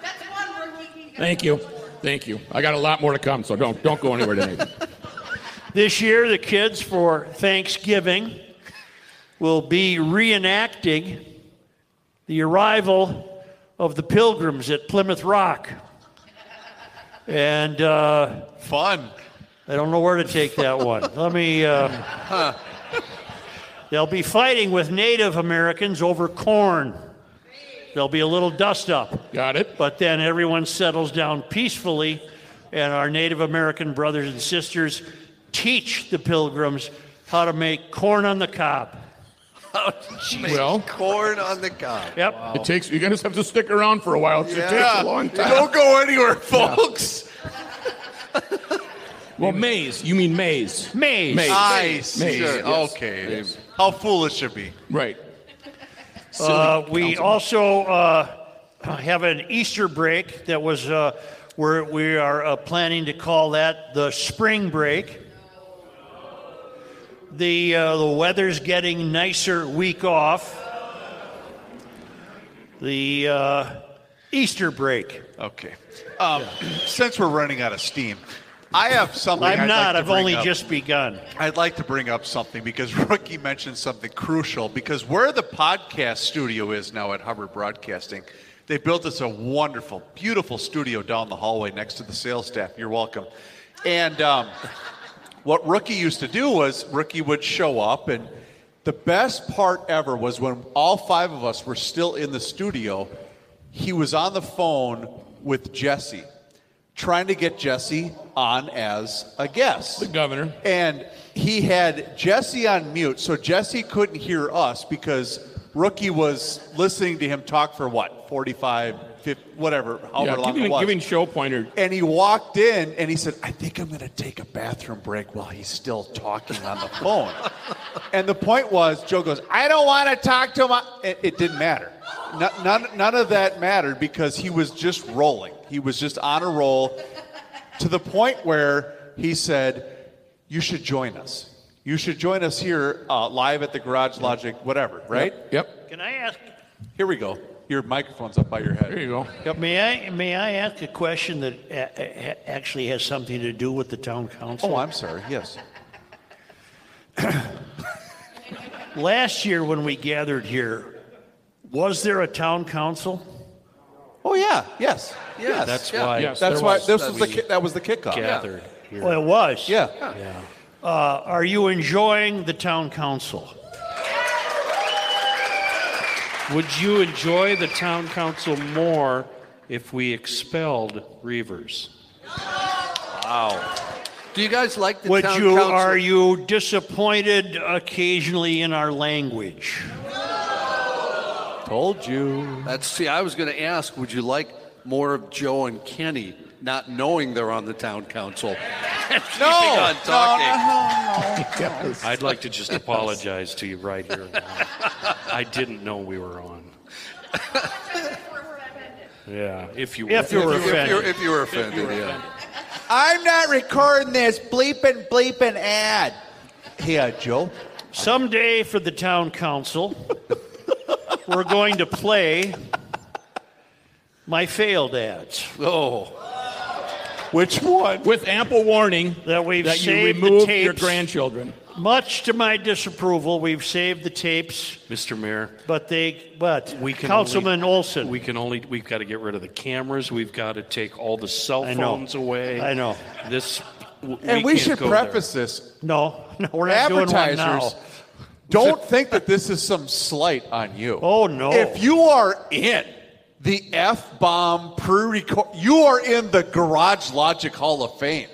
Speaker 8: That's one word we can go.
Speaker 3: Thank you. Thank you. I got a lot more to come, so don't don't go anywhere tonight.
Speaker 1: This year, the kids for Thanksgiving will be reenacting the arrival of the pilgrims at Plymouth Rock. And uh,
Speaker 2: Fun.
Speaker 1: I don't know where to take that one. Let me. Um, They'll be fighting with Native Americans over corn. There'll be a little dust up.
Speaker 3: got it.
Speaker 1: But then everyone settles down peacefully, and our Native American brothers and sisters teach the pilgrims how to make corn on the cob.
Speaker 3: Well,
Speaker 6: Corn on the cob.
Speaker 1: Yep.
Speaker 3: it takes. You guys have to stick around for a while. It takes a long time.
Speaker 2: Don't go anywhere, folks.
Speaker 3: Well, maze. You mean maze?
Speaker 1: Maize.
Speaker 3: Maze.
Speaker 2: I see.
Speaker 3: Maze, yes.
Speaker 2: Okay. How foolish of me.
Speaker 3: Right.
Speaker 1: Uh,
Speaker 3: Silly
Speaker 1: we
Speaker 3: council.
Speaker 1: also uh, have an Easter break that was, uh, we're, we are uh, planning to call that the spring break. The, uh, the weather's getting nicer week off. The uh, Easter break.
Speaker 2: Okay. Um, Since we're running out of steam, I have something.
Speaker 1: I'm
Speaker 2: I'd
Speaker 1: not.
Speaker 2: Like to
Speaker 1: I've
Speaker 2: bring
Speaker 1: only
Speaker 2: up.
Speaker 1: just begun.
Speaker 2: I'd like to bring up something because Rookie mentioned something crucial. Because where the podcast studio is now at Hubbard Broadcasting, they built us a wonderful, beautiful studio down the hallway next to the sales staff. You're welcome. And um, what Rookie used to do was Rookie would show up, and the best part ever was when all five of us were still in the studio, he was on the phone with Jesse, trying to get Jesse on as a guest.
Speaker 3: The governor.
Speaker 2: And he had Jesse on mute, so Jesse couldn't hear us because Rookie was listening to him talk for what, 45, 50, whatever, however
Speaker 3: Yeah,
Speaker 2: long
Speaker 3: giving,
Speaker 2: it was.
Speaker 3: giving show pointer.
Speaker 2: and he walked in and he said, I think I'm going to take a bathroom break while he's still talking on the phone. and the point was, Joe goes, I don't want to talk to him. I- It, it didn't matter. None, none, none of that mattered because he was just rolling. He was just on a roll to the point where he said, You should join us. You should join us here uh, live at the Garage Logic, whatever, right?
Speaker 3: Yep.
Speaker 1: Can I ask?
Speaker 2: Here we go. Your microphone's up by your head.
Speaker 3: There you go.
Speaker 1: May I may I ask a question that a- a- a- actually has something to do with the town council?
Speaker 2: Oh, I'm sorry. Yes.
Speaker 1: Last year when we gathered here, was there a town council?
Speaker 2: Oh, yeah. Yes. yes.
Speaker 4: that's
Speaker 2: yeah.
Speaker 4: why
Speaker 3: Yes,
Speaker 2: That's
Speaker 3: there
Speaker 2: why
Speaker 3: was.
Speaker 2: this was the ki- that was the kickoff.
Speaker 4: gathered here.
Speaker 1: Well, it was.
Speaker 2: Yeah.
Speaker 1: Uh, are you enjoying the town council?
Speaker 4: Would you enjoy the town council more if we expelled Reavers?
Speaker 6: Do you guys like the
Speaker 1: Would
Speaker 6: town
Speaker 1: you
Speaker 6: council?
Speaker 1: are you disappointed occasionally in our language?
Speaker 2: Told you.
Speaker 6: That's see, I was going to ask, would you like more of Joe and Kenny not knowing they're on the town council? [laughs]
Speaker 2: No.
Speaker 6: Keeping on talking.
Speaker 2: Oh,
Speaker 1: [laughs]
Speaker 4: I'd like to just apologize to you right here. and now. I didn't know we were on. Yeah, if you
Speaker 1: If
Speaker 4: will.
Speaker 1: you're
Speaker 6: If
Speaker 1: offended.
Speaker 6: you're, if you're offended, yeah.
Speaker 2: I'm not recording this bleeping bleeping ad. Hey, uh, Joe.
Speaker 1: Someday for the town
Speaker 2: [laughs]
Speaker 1: council, we're going to play my failed ads
Speaker 6: Oh,
Speaker 2: Which one?
Speaker 3: With ample warning
Speaker 1: that we've
Speaker 3: that you
Speaker 1: saved
Speaker 3: remove
Speaker 1: the
Speaker 3: your
Speaker 1: tapes.
Speaker 3: grandchildren.
Speaker 1: Much to my disapproval, we've saved the tapes,
Speaker 4: Mr. Mayor,
Speaker 1: but they but
Speaker 4: we can
Speaker 1: Councilman
Speaker 4: only,
Speaker 1: Olson.
Speaker 4: We can only we've got to get rid of the cameras. We've got to take all the cell
Speaker 1: I know.
Speaker 4: phones away.
Speaker 1: I know.
Speaker 4: This w-
Speaker 2: And we,
Speaker 4: can't
Speaker 2: should
Speaker 4: go there.
Speaker 2: preface this.
Speaker 1: no, no, we're not doing one now.
Speaker 2: Advertisers, don't think that this is some slight on you.
Speaker 1: Oh, no.
Speaker 2: If you are in the F bomb pre record, you are in the Garage Logic Hall of Fame.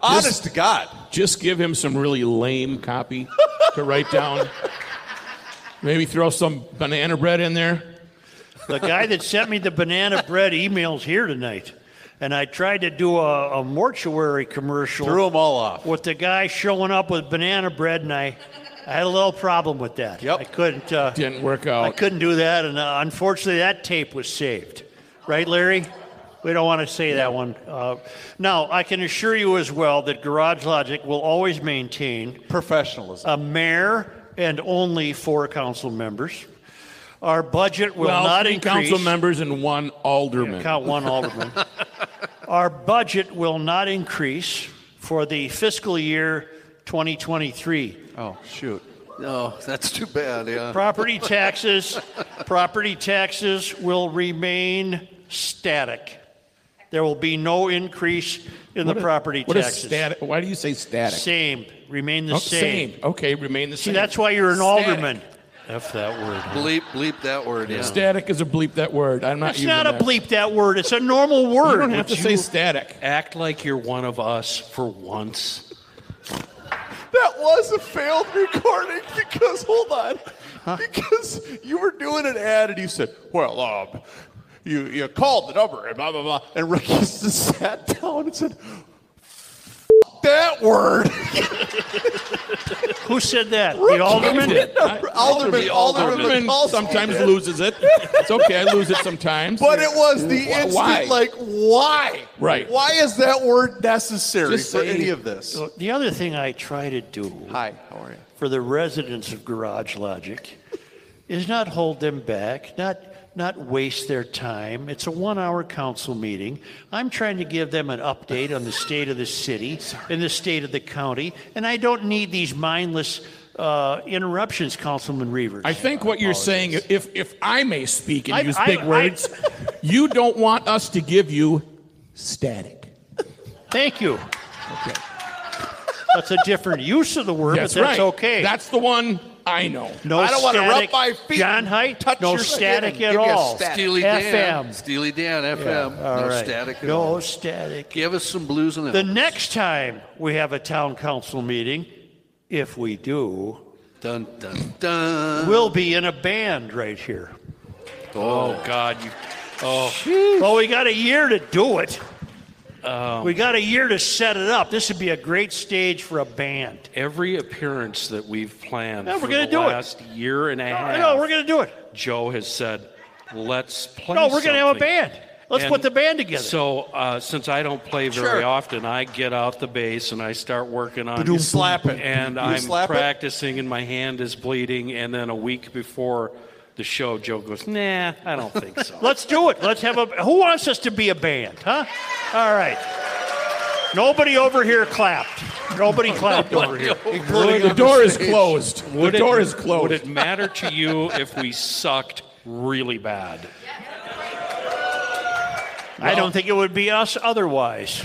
Speaker 2: Honest to God.
Speaker 3: Just give him some really lame [laughs] copy to write down. Maybe throw some banana bread in there.
Speaker 1: The guy that sent me the banana bread emails here tonight, and I tried to do a, a mortuary commercial.
Speaker 2: Threw them all off.
Speaker 1: with the guy showing up with banana bread, and I, I had a little problem with that.
Speaker 2: Yep.
Speaker 1: I couldn't. Uh,
Speaker 3: Didn't work
Speaker 1: I
Speaker 3: out.
Speaker 1: couldn't do that, and uh, unfortunately, that tape was saved. Right, Larry? We don't want to say that one. Uh, now, I can assure you as well that Garage Logic will always maintain
Speaker 2: Professionalism.
Speaker 1: a mayor and only four council members. Our budget will
Speaker 3: well,
Speaker 1: not
Speaker 3: three
Speaker 1: increase.
Speaker 3: council members and one alderman.
Speaker 1: Count one
Speaker 3: [laughs]
Speaker 1: alderman. Our budget will not increase for the fiscal year 2023.
Speaker 2: oh, shoot.
Speaker 6: no, that's too bad, yeah.
Speaker 1: Property taxes, property taxes will remain static. There will be no increase in the property
Speaker 3: what
Speaker 1: taxes.
Speaker 3: Is static? Why do you say static?
Speaker 1: Same, remain the
Speaker 3: Oh,
Speaker 1: same.
Speaker 3: Okay, remain the
Speaker 1: See,
Speaker 3: same.
Speaker 1: that's why you're an
Speaker 3: Static.
Speaker 1: alderman.
Speaker 4: F that word.
Speaker 6: Bleep, bleep that word, yeah.
Speaker 3: Static is a bleep that word. I'm not
Speaker 1: It's
Speaker 3: using
Speaker 1: not a
Speaker 3: that.
Speaker 1: bleep that word. It's a normal word.
Speaker 3: You don't have
Speaker 1: It's
Speaker 3: to say static.
Speaker 4: Act like you're one of us for once.
Speaker 2: That was a failed recording because hold on, because you were doing an ad and you said, "Well, um, you you called the number and blah blah blah," and Ricky just sat down and said, "F- "That word." [laughs]
Speaker 1: Who said that? The alderman?
Speaker 2: Alderman, Alderman,
Speaker 3: Alderman
Speaker 2: Paulson
Speaker 3: sometimes
Speaker 2: did.
Speaker 3: loses it. It's okay, I lose it sometimes.
Speaker 2: But it was the instant,
Speaker 3: why?
Speaker 2: like, why?
Speaker 3: Right.
Speaker 2: Why is that word necessary
Speaker 3: Just
Speaker 2: for
Speaker 3: say-
Speaker 2: any of this?
Speaker 1: The other thing I try to do
Speaker 2: Hi, how are you?
Speaker 1: for the residents of Garage Logic is not hold them back, not not waste their time. It's a one-hour council meeting. I'm trying to give them an update on the state of the city
Speaker 2: [laughs]
Speaker 1: and the state of the county, and I don't need these mindless uh, interruptions, Councilman Reavers.
Speaker 3: I think what you're saying, if if I may speak and
Speaker 1: I-
Speaker 3: use
Speaker 1: I-
Speaker 3: big
Speaker 1: I-
Speaker 3: words, you don't want us to give you static.
Speaker 1: Thank you. That's a different use of the word,
Speaker 3: that's
Speaker 1: but that's
Speaker 3: right.
Speaker 1: okay.
Speaker 3: That's the one I know.
Speaker 1: no
Speaker 2: I don't
Speaker 1: want
Speaker 2: wanna
Speaker 1: to
Speaker 2: rub my feet
Speaker 1: John
Speaker 2: and
Speaker 1: Height,
Speaker 2: touch
Speaker 1: no
Speaker 2: your skin
Speaker 1: static
Speaker 2: and
Speaker 1: at
Speaker 2: give you a
Speaker 1: all.
Speaker 2: static.
Speaker 6: Steely Dan.
Speaker 1: FM.
Speaker 6: Steely Dan, FM.
Speaker 1: All
Speaker 6: no
Speaker 1: right.
Speaker 6: static at
Speaker 1: No
Speaker 6: all.
Speaker 1: static.
Speaker 6: Give us some blues and
Speaker 1: The
Speaker 6: elks.
Speaker 1: next time we have a town council meeting, if we do,
Speaker 10: Dun dun dun.
Speaker 1: will be in a band right here.
Speaker 4: Oh, God. You, oh,
Speaker 1: Well, we got a year to do it.
Speaker 4: Um,
Speaker 1: we got a year to set it up. This would be a great stage for a band.
Speaker 4: every appearance that we've planned
Speaker 1: Yeah, we're
Speaker 4: for
Speaker 1: gonna
Speaker 4: the
Speaker 1: do it.
Speaker 4: last year and a half,
Speaker 1: No, we're going to do it.
Speaker 4: Joe has said, let's play
Speaker 1: No, we're going to have a
Speaker 4: something."
Speaker 1: band. Let's
Speaker 4: And
Speaker 1: put the band together.
Speaker 4: So, uh, since I don't play very
Speaker 2: Sure.
Speaker 4: often, I get out the bass and I start working on
Speaker 2: You slap it.
Speaker 4: And
Speaker 2: You
Speaker 4: I'm
Speaker 2: slap it?
Speaker 4: practicing, and my hand is bleeding. And then a week before the show, Joe goes, "Nah, I don't think
Speaker 1: [laughs]
Speaker 4: so."
Speaker 1: Let's do it. Let's have a. Who wants us to be a band, huh? All right. Nobody over here clapped.
Speaker 4: [laughs]
Speaker 1: Nobody clapped over here.
Speaker 2: Including
Speaker 3: The
Speaker 2: on
Speaker 3: door is
Speaker 2: stage.
Speaker 3: closed. The
Speaker 4: Would it-
Speaker 3: door is
Speaker 4: Would
Speaker 3: closed.
Speaker 4: it matter to you if we sucked really bad?
Speaker 1: I don't think it would be us otherwise.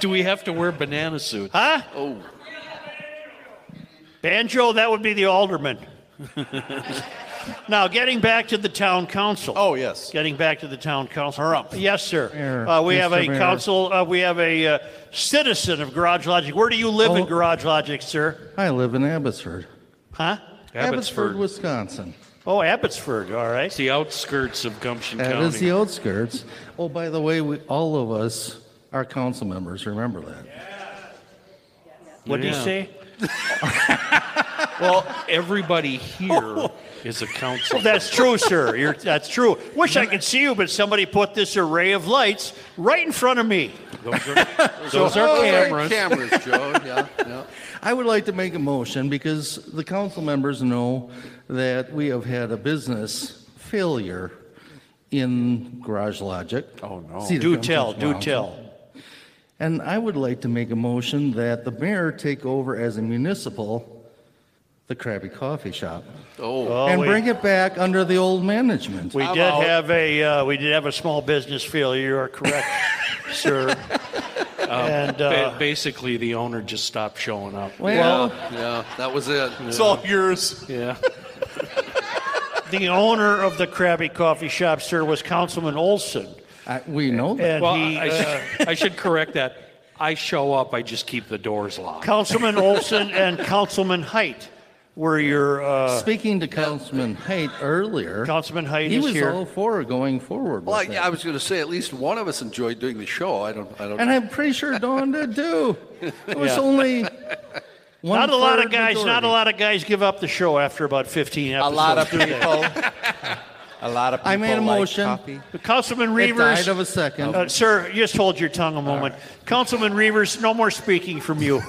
Speaker 4: Do we have to wear banana suits?
Speaker 1: Huh? Oh. Banjo, that would be the alderman. now, getting back to the town council.
Speaker 2: Oh, yes.
Speaker 1: Getting back to the town council. Yes, sir.
Speaker 11: Mayor,
Speaker 1: uh, we have
Speaker 11: Mr.
Speaker 1: a
Speaker 11: Mayor.
Speaker 1: council. Uh, we have a uh, citizen of Garage Logic. Where do you live in
Speaker 6: Oh.
Speaker 1: Garage Logic, sir?
Speaker 6: I live in Abbotsford.
Speaker 1: Huh?
Speaker 6: Abbotsford, Wisconsin.
Speaker 1: Oh, Abbotsford. All right.
Speaker 4: It's the outskirts of Gumption
Speaker 6: That
Speaker 4: County.
Speaker 6: is the outskirts. Oh, by the way, we, all of us are council members. Remember that.
Speaker 1: What do you
Speaker 4: Yeah.
Speaker 1: say?
Speaker 4: well, everybody here is a council.
Speaker 1: Oh, That's true, sir. You're, that's true. Wish I could see you, but somebody put this array of lights right in front of me.
Speaker 4: Those are, those
Speaker 10: Oh,
Speaker 4: are
Speaker 10: they're
Speaker 4: cameras.
Speaker 10: Cameras, Joe. Yeah, yeah.
Speaker 6: I would like to make a motion because the council members know that we have had a business failure in Garage Logic. Oh, no.
Speaker 1: Do tell. Do tell.
Speaker 6: And I would like to make a motion that the mayor take over as a municipal, the Krabby Coffee Shop.
Speaker 10: Oh,
Speaker 1: Oh,
Speaker 6: and
Speaker 1: we-
Speaker 6: bring it back under the old management.
Speaker 1: We did have a uh, we did have a small business failure. You are
Speaker 2: [laughs]
Speaker 1: correct, sir.
Speaker 2: Um,
Speaker 1: and
Speaker 4: Ba-
Speaker 1: uh,
Speaker 4: basically, the owner just stopped showing up.
Speaker 6: Well,
Speaker 10: yeah. That was it.
Speaker 2: It's all yours.
Speaker 4: Yeah.
Speaker 1: the owner of the Krabby Coffee Shop, sir, was Councilman Olson,
Speaker 6: I, we know that.
Speaker 1: and
Speaker 4: Well,
Speaker 1: he.
Speaker 4: I, I
Speaker 1: uh,
Speaker 4: should, I should correct that. I show up. I just keep the doors locked.
Speaker 1: Councilman Olson and Councilman Height were your uh,
Speaker 6: Speaking to Councilman Haight earlier,
Speaker 1: Councilman Haidt
Speaker 6: he
Speaker 1: is
Speaker 6: was
Speaker 1: here.
Speaker 6: all for going forward
Speaker 10: Well,
Speaker 6: with
Speaker 10: I, I
Speaker 6: that.
Speaker 10: was going to say at least one of us enjoyed doing the show. I don't. I don't.
Speaker 6: And I'm pretty sure Dawn did too. It was
Speaker 1: Yeah.
Speaker 6: only one
Speaker 1: not a lot of
Speaker 6: third
Speaker 1: guys. Not
Speaker 6: majority.
Speaker 1: a lot of guys give up the show after about 15
Speaker 2: A
Speaker 1: episodes.
Speaker 2: lot of
Speaker 1: do they?
Speaker 2: people. [laughs] A lot of people.
Speaker 6: I made a
Speaker 2: like
Speaker 6: motion.
Speaker 2: coffee.
Speaker 1: Councilman
Speaker 6: It died
Speaker 1: Reavers,
Speaker 6: of a second.
Speaker 1: uh, sir, just hold your tongue a moment. Councilman Reavers, no more speaking from
Speaker 6: [laughs]
Speaker 1: you.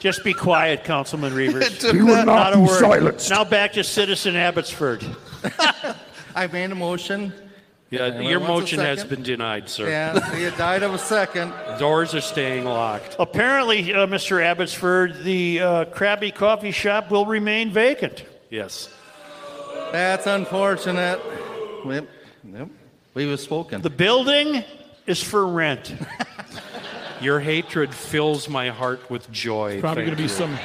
Speaker 1: just be quiet, Councilman Reavers.
Speaker 12: We
Speaker 10: [laughs]
Speaker 12: will not
Speaker 1: Not a
Speaker 12: be
Speaker 1: word.
Speaker 12: silenced.
Speaker 1: Now back to Citizen Abbotsford.
Speaker 6: I made a motion.
Speaker 4: Yeah,
Speaker 6: Anyone
Speaker 4: your
Speaker 6: wants a
Speaker 4: motion has
Speaker 6: second?
Speaker 4: been denied, sir.
Speaker 6: Yeah, see, it died of a second.
Speaker 4: Doors are staying locked.
Speaker 1: Apparently, uh, Mr. Abbotsford, the uh, Krabby Coffee Shop will remain vacant.
Speaker 4: Yes.
Speaker 6: That's unfortunate. Yep, yep. We were spoken.
Speaker 1: The building is for rent.
Speaker 4: Your hatred fills my heart with joy.
Speaker 3: Probably going
Speaker 4: Thank
Speaker 3: to be
Speaker 4: you.
Speaker 3: some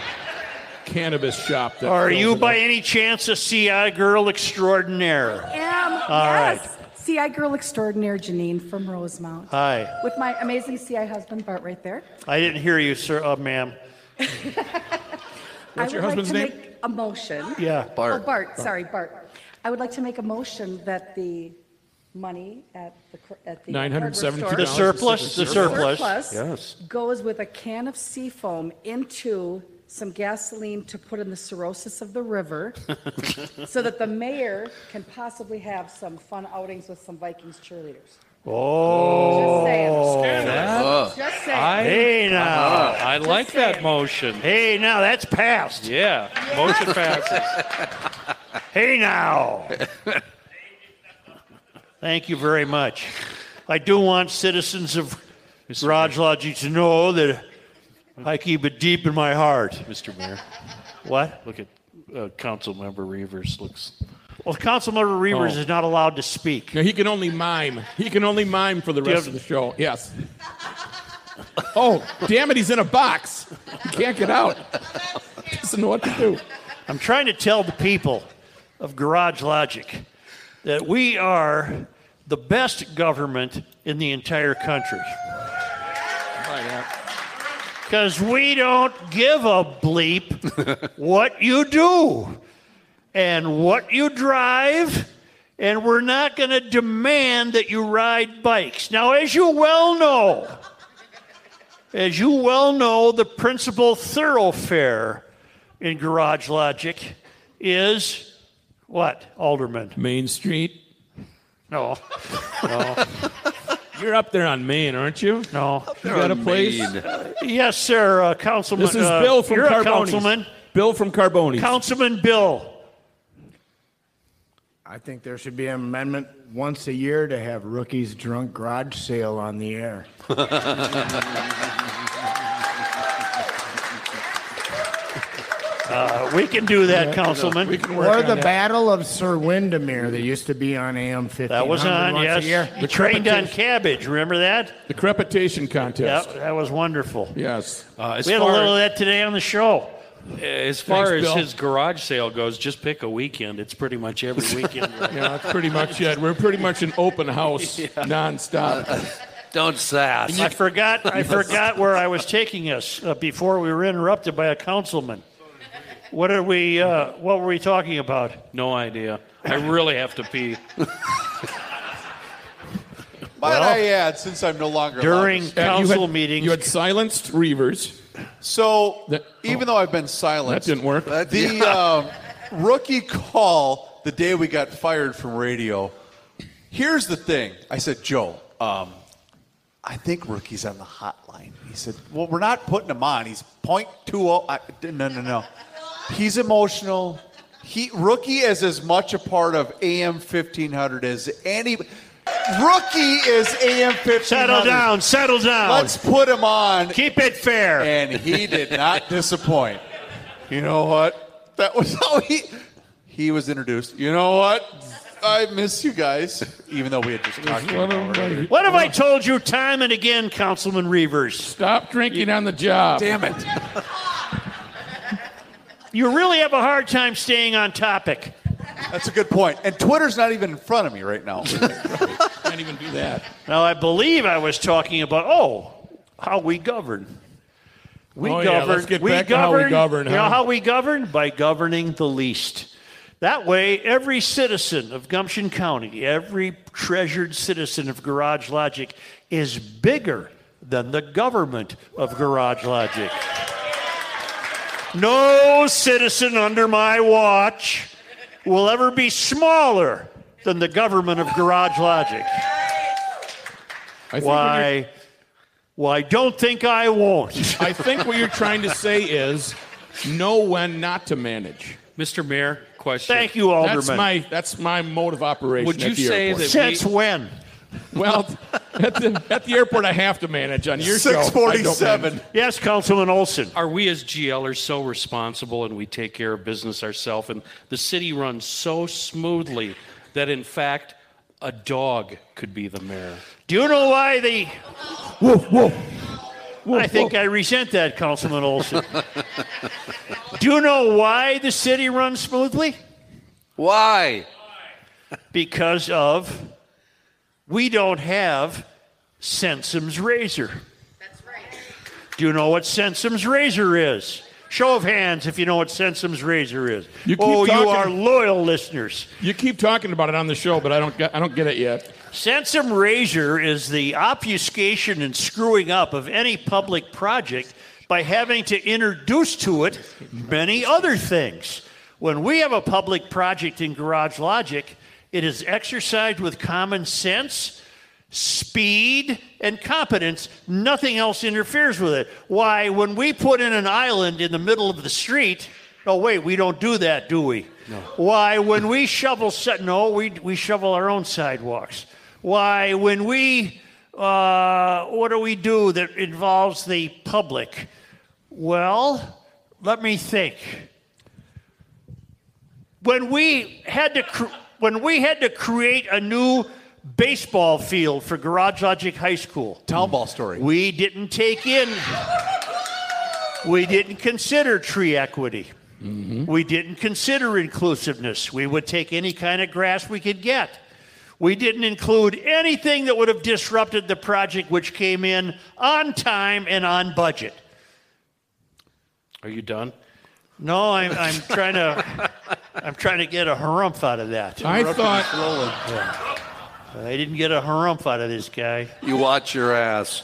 Speaker 3: cannabis shop. That
Speaker 1: Are
Speaker 3: fills
Speaker 1: you
Speaker 3: it
Speaker 1: by
Speaker 6: [laughs]
Speaker 3: up.
Speaker 1: any chance a CI girl extraordinaire?
Speaker 9: am.
Speaker 1: All
Speaker 9: yes. CI girl extraordinaire Janine from Rosemount.
Speaker 1: Hi.
Speaker 9: With my amazing CI husband Bart right there.
Speaker 1: I didn't hear you, sir. Uh, ma'am.
Speaker 9: What's I would
Speaker 3: your husband's
Speaker 9: like to
Speaker 3: name?
Speaker 9: make a motion.
Speaker 1: Yeah.
Speaker 9: Oh, Bart, sorry, Bart. I would like to make a motion that the money at the cr- at the hardware
Speaker 3: $973
Speaker 9: store-
Speaker 1: The surplus? The surplus.
Speaker 9: Surplus goes with a can of seafoam into some gasoline to put in the cirrhosis of the river so that the mayor can possibly have some fun outings with some Vikings cheerleaders. Oh. Just saying. Just saying.
Speaker 1: Hey, now.
Speaker 4: Uh, I like that motion.
Speaker 1: Hey, now. That's passed.
Speaker 4: Yeah.
Speaker 1: [laughs]
Speaker 4: Motion passes.
Speaker 1: Hey, now. Thank you very much. I do want citizens of Garage Logic to know that I keep it deep in my heart.
Speaker 4: Mr. Mayor,
Speaker 1: What?
Speaker 4: look at uh, Council Member Reavers. Looks.
Speaker 1: Well, Councilmember Reavers
Speaker 4: Oh.
Speaker 1: is not allowed to speak.
Speaker 3: No, he can only mime. He can only mime for the
Speaker 1: you
Speaker 3: rest
Speaker 1: have-
Speaker 3: of the show. Yes. Oh, damn it, he's in a box. He can't get out. Doesn't know what to do.
Speaker 1: I'm trying to tell the people of Garage Logic that we are the best government in the entire country. Because we don't give a bleep what you do and what you drive, and we're not going to demand that you ride bikes. Now, as you well know, as you well know, the principal thoroughfare in Garage Logic is what, Alderman?
Speaker 13: Main Street.
Speaker 1: No. No.
Speaker 13: You're up there on Main, aren't you?
Speaker 1: No.
Speaker 13: You got a place?
Speaker 1: Yes, sir, uh, Councilman.
Speaker 13: This is
Speaker 1: uh,
Speaker 13: Bill from
Speaker 1: you're
Speaker 13: Carboni.
Speaker 1: a councilman.
Speaker 13: Bill from Carboni.
Speaker 1: Councilman Bill.
Speaker 14: I think there should be an amendment once a year to have rookies drunk garage sale on the air.
Speaker 1: Uh, we can do that, Councilman.
Speaker 14: or the Battle of Sir Windermere that used to be on AM 1500
Speaker 1: That was on,
Speaker 14: once
Speaker 1: yes.
Speaker 14: a year.
Speaker 1: The trained on cabbage, remember that?
Speaker 3: The crepitation contest.
Speaker 1: Yep, that was wonderful.
Speaker 3: Yes.
Speaker 4: Uh, as
Speaker 1: we had a
Speaker 4: far-
Speaker 1: little of that today on the show.
Speaker 4: As far
Speaker 1: Thanks,
Speaker 4: as
Speaker 1: Bill.
Speaker 4: his garage sale goes, just pick a weekend. It's pretty much every weekend.
Speaker 3: [laughs] yeah, that's pretty much it. We're pretty much an open house nonstop.
Speaker 6: Don't sass.
Speaker 1: I forgot. I forgot where I was taking us uh, before we were interrupted by a councilman. What are we? Uh, what were we talking about?
Speaker 4: No idea. I really have to pee.
Speaker 2: Might
Speaker 1: Well,
Speaker 2: I add, since I'm no longer
Speaker 1: during
Speaker 2: allowed to-
Speaker 3: Yeah, you had-
Speaker 1: meetings,
Speaker 3: you had silenced Reavers.
Speaker 2: So even though I've been silent,
Speaker 3: oh. That didn't work. That- [laughs]
Speaker 2: The um, rookie call the day we got fired from radio. Here's the thing. I said, Joe, um, I think rookie's on the hotline. He said, Well, we're not putting him on. He's point two oh. I, no, no, no. He's emotional. He rookie is as much a part of AM fifteen hundred as any. Rookie is AM fifteen hundred.
Speaker 1: Settle down. Settle down.
Speaker 2: Let's put him on.
Speaker 1: Keep it fair.
Speaker 2: And he did not disappoint. You know what? That was how he he was introduced. You know what? I miss you guys, even though we had just talked. to him already.
Speaker 1: What have I told you time and again, Councilman Reavers?
Speaker 3: Stop drinking on the job.
Speaker 2: Damn it.
Speaker 1: You really have a hard time staying on topic.
Speaker 2: That's a good point. And Twitter's not even in front of me right now.
Speaker 3: Can't even do that.
Speaker 1: Now, I believe I was talking about, oh, how we govern. We
Speaker 3: Oh, yeah,
Speaker 1: govern.
Speaker 3: let's get
Speaker 1: we
Speaker 3: back to
Speaker 1: govern.
Speaker 3: how we govern,
Speaker 1: You know
Speaker 3: huh?
Speaker 1: how we govern? By governing the least. That way, every citizen of Gumption County, every treasured citizen of Garage Logic, is bigger than the government of Garage Logic. No citizen under my watch will ever be smaller than the government of Garage Logic.
Speaker 3: think when you're-
Speaker 1: Why? Why don't think I [laughs] won't?
Speaker 3: I think what you're trying to say is know when not to manage.
Speaker 4: Mr. Mayor, question.
Speaker 1: Thank you,
Speaker 3: That's
Speaker 1: Alderman.
Speaker 3: my that's my mode of operation.
Speaker 4: Would you
Speaker 3: at the
Speaker 4: say
Speaker 3: airport.
Speaker 4: that Since we-
Speaker 1: when?
Speaker 3: Well, at the, at the airport, I have to manage. On your show, I don't manage.
Speaker 1: Yes, Councilman Olson.
Speaker 4: Are we as GLers so responsible and we take care of business ourselves and the city runs so smoothly that in fact a dog could be the mayor?
Speaker 1: Do you know why the? Woof woof. I think I resent that, Councilman [laughs] Olson. Do you know why the city runs smoothly?
Speaker 6: Why?
Speaker 1: Because of we don't have Sensum's razor. That's right. Do you know what Sensum's razor is? Show of hands if you know what Sensum's razor is.
Speaker 3: You keep
Speaker 1: oh, you
Speaker 3: talking-
Speaker 1: are loyal listeners.
Speaker 3: You keep talking about it on the show, but I don't get I don't get it yet.
Speaker 1: Sansum Razor is the obfuscation and screwing up of any public project by having to introduce to it many other things. When we have a public project in Garage Logic, it is exercised with common sense, speed, and competence. Nothing else interferes with it. Why, when we put in an island in the middle of the street, oh, wait, we don't do that, do we? No. Why, when we shovel, se- no, we, we shovel our own sidewalks. Why, when we, uh, what do we do that involves the public? Well, let me think. When we had to, cr- when we had to create a new baseball field for Garage Logic High School,
Speaker 2: Town ball story.
Speaker 1: we didn't take in, we didn't consider tree equity. We didn't consider inclusiveness. We would take any kind of grass we could get. We didn't include anything that would have disrupted the project, which came in on time and on budget.
Speaker 4: Are you done?
Speaker 1: No, I'm, I'm trying to I'm trying to get a harumph out of that.
Speaker 4: I Harumph is thought-
Speaker 1: Yeah. I didn't get a harumph out of this guy.
Speaker 6: You watch your ass.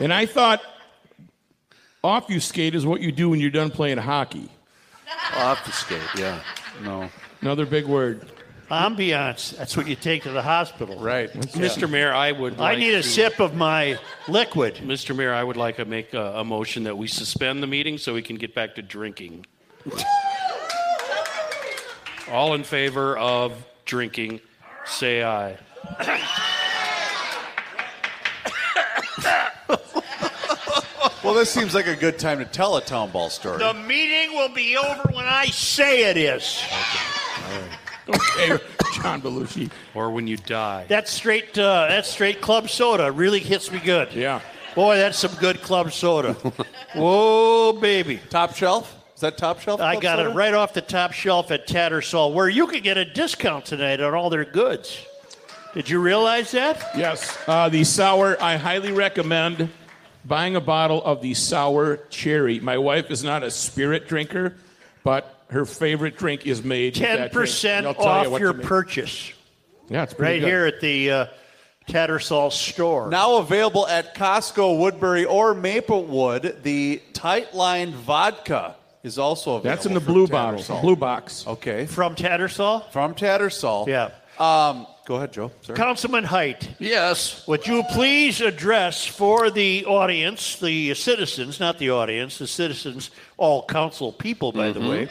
Speaker 3: And I thought offuscate is what you do when you're done playing hockey.
Speaker 6: Offuscate, yeah. No.
Speaker 3: Another big word.
Speaker 1: Ambiance. That's what you take to the hospital.
Speaker 2: Right.
Speaker 4: Mr. Mayor, I would.
Speaker 1: I
Speaker 4: like
Speaker 1: need a
Speaker 4: to-
Speaker 1: sip of my liquid.
Speaker 4: Mr. Mayor, I would like to make a, a motion that we suspend the meeting so we can get back to drinking. All in favor of drinking, say aye.
Speaker 2: Well, this seems like a good time to tell a town ball story.
Speaker 1: The meeting will be over when I say it is.
Speaker 3: Okay, John Belushi.
Speaker 4: Or when you die.
Speaker 1: That straight, uh, that straight club soda really hits me good.
Speaker 3: Yeah.
Speaker 1: Boy, that's some good club
Speaker 3: [laughs]
Speaker 1: soda. Whoa, baby.
Speaker 2: Top shelf? Is that top shelf?
Speaker 1: I
Speaker 2: club
Speaker 1: got
Speaker 2: soda?
Speaker 1: it right off the top shelf at Tattersall, where you could get a discount tonight on all their goods. Did you realize that?
Speaker 3: Yes. Uh, the sour, I highly recommend buying a bottle of the sour cherry. My wife is not a spirit drinker, but her favorite drink is made with
Speaker 1: Ten
Speaker 3: that drink.
Speaker 1: percent
Speaker 3: And I'll tell you
Speaker 1: off
Speaker 3: what
Speaker 1: your
Speaker 3: to make.
Speaker 1: purchase.
Speaker 3: Yeah, it's pretty
Speaker 1: Right
Speaker 3: good.
Speaker 1: here at the uh, Tattersall store.
Speaker 2: Now available at Costco, Woodbury, or Maplewood, the Tightline vodka is also available.
Speaker 3: That's in the
Speaker 2: from
Speaker 3: blue bottle,
Speaker 2: Tattersall.
Speaker 3: blue box.
Speaker 2: Okay.
Speaker 1: From Tattersall?
Speaker 2: From Tattersall.
Speaker 1: Yeah.
Speaker 2: Um, go ahead, Joe. Sorry.
Speaker 1: Councilman Height.
Speaker 6: Yes.
Speaker 1: Would you please address for the audience, the citizens, not the audience, the citizens, all council people, by the way,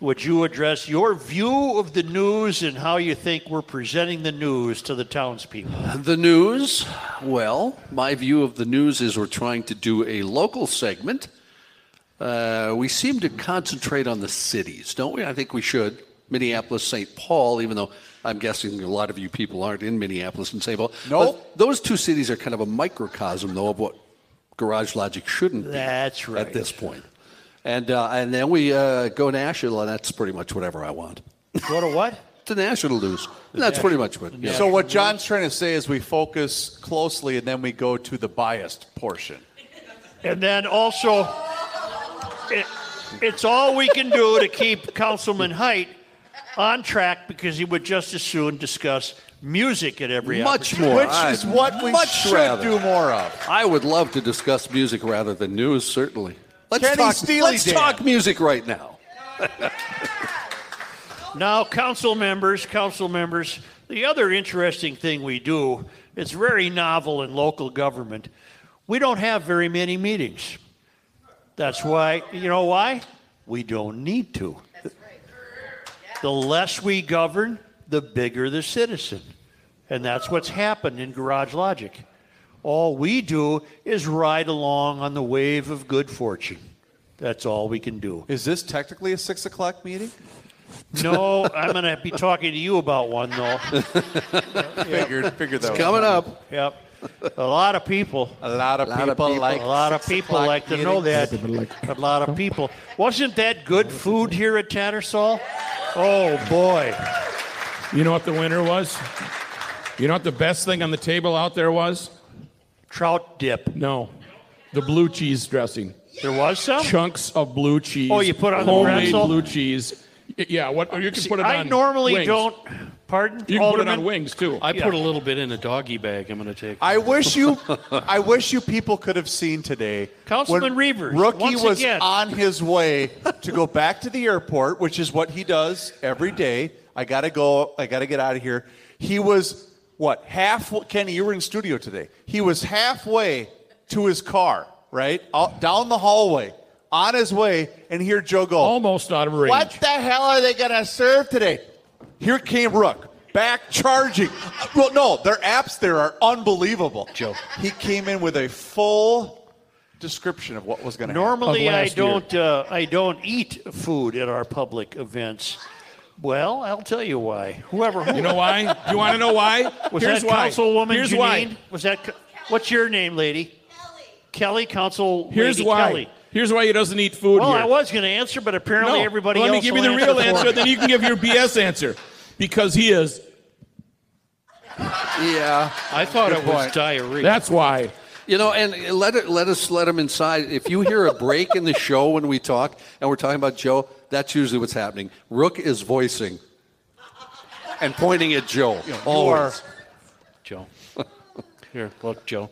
Speaker 1: would you address your view of the news and how you think we're presenting the news to the townspeople?
Speaker 6: [laughs] The news, well, my view of the news is we're trying to do a local segment. Uh, we seem to concentrate on the cities, don't we? I think we should. Minneapolis, St. Paul, even though I'm guessing a lot of you people aren't in Minneapolis and St. Paul. No. Those two cities are kind of a microcosm, though, of what Garage Logic shouldn't be.
Speaker 1: That's right.
Speaker 6: At this point. And, uh, and then we uh, go national, and that's pretty much whatever I want.
Speaker 1: Go to what?
Speaker 6: the national news. That's pretty much what. yeah.
Speaker 2: So what John's trying to say is we focus closely and then we go to the biased portion.
Speaker 1: And then also, it, it's all we can do to keep Councilman Height on track because he would just as soon discuss music at every
Speaker 6: much
Speaker 1: opportunity.
Speaker 6: more.
Speaker 1: Which is
Speaker 6: I'd
Speaker 1: what we
Speaker 6: much
Speaker 1: should
Speaker 6: rather.
Speaker 1: do
Speaker 2: more of.
Speaker 6: I would love to discuss music rather than news, certainly. Let's
Speaker 1: Kenny
Speaker 6: talk.
Speaker 1: Steely
Speaker 6: let's
Speaker 1: Dan.
Speaker 6: talk music right now.
Speaker 1: Now, council members, council members, the other interesting thing we do, it's very novel in local government. We don't have very many meetings. That's why, you know why? We don't need to. The less we govern, the bigger the citizen. And that's what's happened in Garage Logic. All we do is ride along on the wave of good fortune. That's all we can do.
Speaker 2: Is this technically a six o'clock meeting?
Speaker 1: No, I'm going to be talking to you about one though.
Speaker 2: Figured, figured
Speaker 1: It's
Speaker 2: that was
Speaker 1: coming
Speaker 2: coming.
Speaker 1: up. Yep. A lot of people.
Speaker 2: A lot of people like
Speaker 1: A lot of
Speaker 2: six
Speaker 1: people
Speaker 2: o'clock
Speaker 1: like to know that.
Speaker 2: meetings.
Speaker 1: A lot of people. Wasn't that good food here at Tattersall? Oh boy.
Speaker 3: You know what the winner was? You know what the best thing on the table out there was?
Speaker 1: Trout dip.
Speaker 3: No. The blue cheese dressing.
Speaker 1: There was some?
Speaker 3: [laughs] Chunks of blue cheese.
Speaker 1: Oh, you put on the
Speaker 3: homemade
Speaker 1: pretzel?
Speaker 3: blue cheese. Y- Yeah, what or you can
Speaker 1: See,
Speaker 3: put it
Speaker 1: I
Speaker 3: on
Speaker 1: normally
Speaker 3: wings.
Speaker 1: don't. Pardon?
Speaker 3: You can put it
Speaker 1: Alderman?
Speaker 3: on wings too.
Speaker 4: I put a little bit in a doggy bag. I'm going to take.
Speaker 2: I wish you, I wish you people could have seen today.
Speaker 1: Councilman
Speaker 2: when
Speaker 1: Reavers,
Speaker 2: rookie
Speaker 1: once
Speaker 2: was
Speaker 1: again.
Speaker 2: on
Speaker 1: [laughs]
Speaker 2: his way to go back to the airport, which is what he does every day. I gotta go. I gotta get out of here. He was what half? Kenny, you were in studio today. He was halfway to his car, right out, down the hallway, on his way, and here Joe go
Speaker 3: almost out of range.
Speaker 2: What the hell are they gonna serve today? Here came Rook. Back charging. Uh, Well, no, their apps there are unbelievable. Joe. He came in with a full description of what was going to happen.
Speaker 1: Normally, I don't. Uh, I don't eat food at our public events. Well, I'll tell you why. Whoever.
Speaker 3: You know why? Do you wanna know why?
Speaker 1: [laughs] Was
Speaker 3: Here's
Speaker 1: that
Speaker 3: why.
Speaker 1: Councilwoman
Speaker 3: Here's
Speaker 1: Janine?
Speaker 3: why.
Speaker 1: Was that? co- What's your name, lady? Kelly. Kelly, Council.
Speaker 3: Here's
Speaker 1: Lady
Speaker 3: why.
Speaker 1: Kelly.
Speaker 3: Here's why he doesn't eat food
Speaker 1: Well,
Speaker 3: here.
Speaker 1: I was going to answer, but apparently
Speaker 3: No,
Speaker 1: everybody
Speaker 3: Let me
Speaker 1: else
Speaker 3: give you
Speaker 1: will
Speaker 3: the real
Speaker 1: for
Speaker 3: answer,
Speaker 1: me.
Speaker 3: then you can give your BS answer. Because he is.
Speaker 6: Yeah.
Speaker 4: I thought
Speaker 3: Good
Speaker 4: it was
Speaker 3: point.
Speaker 4: diarrhea.
Speaker 3: That's why.
Speaker 6: You know, and let it, let us let them inside. If you hear a break in the show when we talk and we're talking about Joe, that's usually what's happening. Rook is voicing and pointing at Joe. always.
Speaker 4: Joe. Here, look, Joe.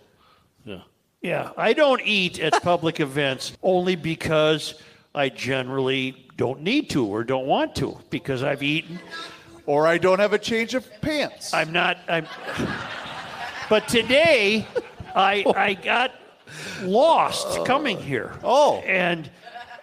Speaker 4: Yeah.
Speaker 1: Yeah, I don't eat at public [laughs] events only because I generally don't need to or don't want to because I've eaten.
Speaker 2: Or I don't have a change of pants.
Speaker 1: I'm not. I'm. [laughs] But today, I I got lost coming here. Oh. And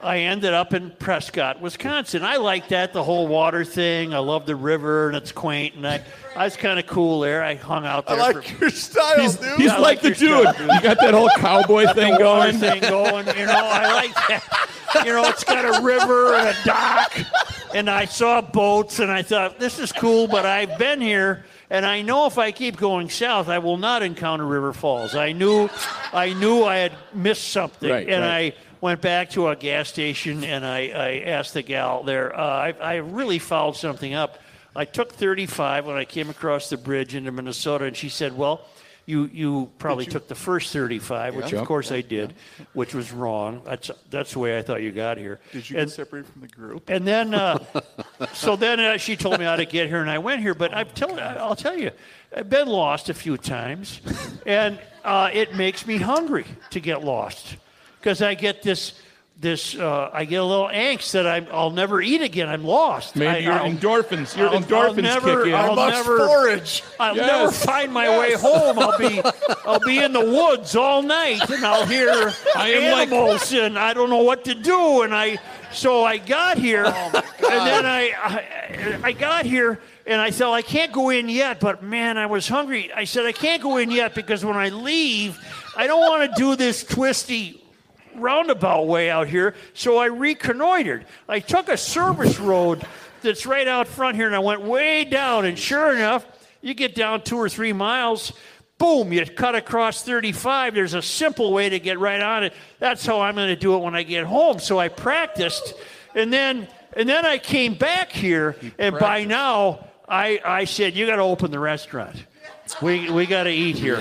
Speaker 1: I ended up in Prescott, Wisconsin. I like that the whole water thing. I love the river and it's quaint, and I I was kind of cool there. I hung out
Speaker 2: I
Speaker 1: there.
Speaker 2: like
Speaker 1: for,
Speaker 2: your style,
Speaker 1: He's-
Speaker 2: dude.
Speaker 1: he's I like like the your dude. style, dude. You got that whole [laughs] cowboy thing
Speaker 2: The water
Speaker 1: going. thing going, you know, I like that. You know, it's got a river and a dock, and I saw boats, and I thought, this is cool, but I've been here, and I know if I keep going south, I will not encounter River Falls. I knew, I knew I had missed something,
Speaker 13: Right,
Speaker 1: and
Speaker 13: right.
Speaker 1: I went back to a gas station, and I, I asked the gal there, uh, I, I really fouled something up. I took 35 when I came across the bridge into Minnesota, and she said, well, you, you probably
Speaker 13: Did you-
Speaker 1: took the first 35, which
Speaker 2: Yeah.
Speaker 1: of course I did, which was wrong. That's that's the way I thought you got here.
Speaker 2: Did you
Speaker 1: and,
Speaker 2: get separated from the group?
Speaker 1: and then,
Speaker 2: [laughs]
Speaker 1: uh, so then uh, she told me how to get here, and I went here. But I've
Speaker 2: Oh,
Speaker 1: tell, I'll tell you, I've been lost a few
Speaker 2: [laughs]
Speaker 1: times, and uh, it makes me hungry to get lost because I get this. This uh, I get a little angst that I'm, I'll never eat again. I'm lost.
Speaker 13: Maybe
Speaker 1: I,
Speaker 13: your
Speaker 1: I'll-
Speaker 13: endorphins- your
Speaker 1: I'll- I'll
Speaker 13: endorphins
Speaker 1: never-
Speaker 13: kick in.
Speaker 1: I'll
Speaker 13: I must
Speaker 1: never
Speaker 13: forage.
Speaker 1: I'll
Speaker 13: Yes.
Speaker 1: never find my way
Speaker 13: Yes.
Speaker 1: home. I'll be I'll be in the woods all night and I'll hear
Speaker 13: I am like-
Speaker 1: animals and I don't know what to do. And I so I got here
Speaker 13: Oh,
Speaker 1: and then I, I I got here and I said I can't go in yet, but man, I was hungry. I said I can't go in yet because when I leave, I don't want to do this twisty roundabout way out here. So I reconnoitered. I took a service road that's right out front here and I went way down. And sure enough, you get down two or three miles, boom, you cut across 35. There's a simple way to get right on it. That's how I'm going to do it when I get home. So I practiced. And then and then I came back here and by now I, I said, You gotta open the restaurant. We, we got to eat here.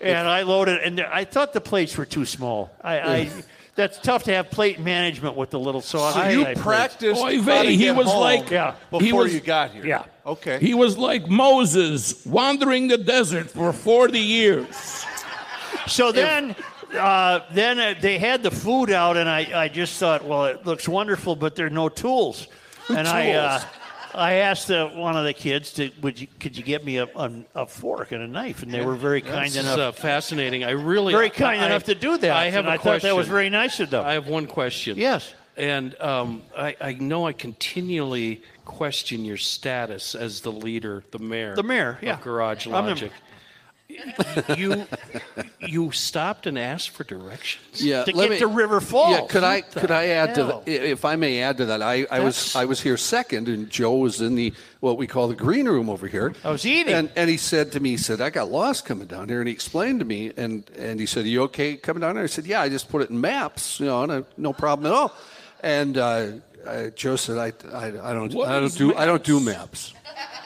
Speaker 1: And I loaded, and I thought the plates were too small. I, I that's tough to have plate management with the little sauce.
Speaker 2: So you practiced Oy vey, how to he get was home like-
Speaker 1: yeah.
Speaker 2: before you got here.
Speaker 1: Yeah.
Speaker 2: Okay.
Speaker 3: He was like Moses wandering the desert for 40 years.
Speaker 1: So then, uh, then uh, they had the food out, and I, I just thought, well, it looks wonderful, but there are no tools. And I, uh,
Speaker 13: Tools.
Speaker 1: I asked uh, one of the kids, to, would you, could you get me a, a, a fork and a knife? And they were very kind
Speaker 4: That's
Speaker 1: enough.
Speaker 4: uh, fascinating. I really
Speaker 1: Very kind
Speaker 4: I-
Speaker 1: enough to do that.
Speaker 4: I have
Speaker 1: And
Speaker 4: a
Speaker 1: I thought that
Speaker 4: question.
Speaker 1: was very nice of them.
Speaker 4: I have one question.
Speaker 1: Yes.
Speaker 4: And um, I, I know I continually question your status as the leader, the mayor,
Speaker 1: The mayor,
Speaker 4: of
Speaker 1: yeah.
Speaker 4: Garage
Speaker 1: I'm the-
Speaker 4: Logic. you you stopped and asked for directions.
Speaker 6: Yeah,
Speaker 4: to
Speaker 6: let
Speaker 4: get
Speaker 6: me-
Speaker 4: to
Speaker 1: River Falls.
Speaker 6: Yeah, could I
Speaker 4: What the
Speaker 6: could I add to
Speaker 4: hell?
Speaker 6: that? If I may add to that, I, I was I was here second, and Joe was in the what we call the green room over here. I
Speaker 1: was eating,
Speaker 6: and, and he said to me, he said I got lost coming down here, and he explained to me, and and he said, Are you okay coming down here? I said, Yeah, I just put it in maps, you know, and I, no problem at all. And uh, uh, Joe said, I I, I don't
Speaker 1: What
Speaker 6: I
Speaker 1: is
Speaker 6: don't do I don't do maps.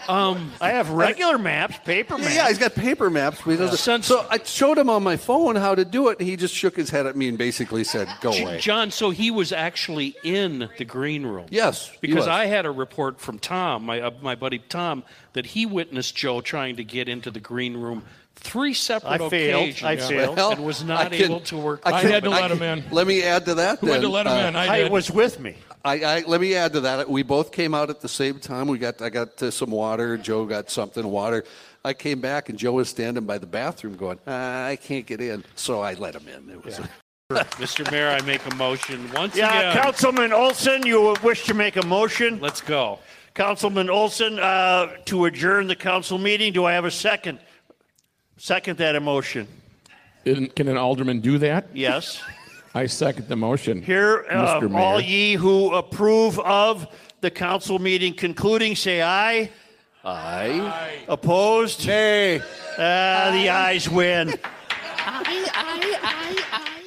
Speaker 1: Um, I have regular maps, paper maps.
Speaker 6: Yeah, he's got paper maps. But he doesn't. So I showed him on my phone how to do it, and he just shook his head at me and basically said, "Go
Speaker 4: J-
Speaker 6: away."
Speaker 4: John, so he was actually in the green room.
Speaker 6: Yes, he
Speaker 4: because
Speaker 6: was.
Speaker 4: I had a report from Tom, my uh, my buddy Tom, that he witnessed Joe trying to get into the green room three separate
Speaker 1: I failed.
Speaker 4: occasions.
Speaker 1: I failed.
Speaker 4: and was not
Speaker 6: I can-
Speaker 4: able to work.
Speaker 6: can- Let me add to that.
Speaker 4: Who had
Speaker 6: then. Uh,
Speaker 4: to let him in? I I did. was
Speaker 1: with me.
Speaker 6: I, I let me add to that. We both came out at the same time. We got I got uh, some water. Joe got something water. I came back and Joe was standing by the bathroom going, uh, I can't get in. So I let him in. It was.
Speaker 4: Mr. Mayor, I make a motion once
Speaker 1: Yeah,
Speaker 4: again.
Speaker 1: Councilman Olson, you would wish to make a motion?
Speaker 4: Let's go.
Speaker 1: Councilman Olson, uh, to adjourn the council meeting, do I have a second? Second that emotion.
Speaker 3: Isn't- Can an alderman do that?
Speaker 6: [laughs]
Speaker 1: Yes.
Speaker 3: I second the motion.
Speaker 1: Here, uh,
Speaker 3: Mr. Mayor.
Speaker 1: all ye who approve of the council meeting concluding, say aye.
Speaker 6: Aye.
Speaker 1: Opposed? Nay. Uh, the ayes win.
Speaker 8: I, I, I, I.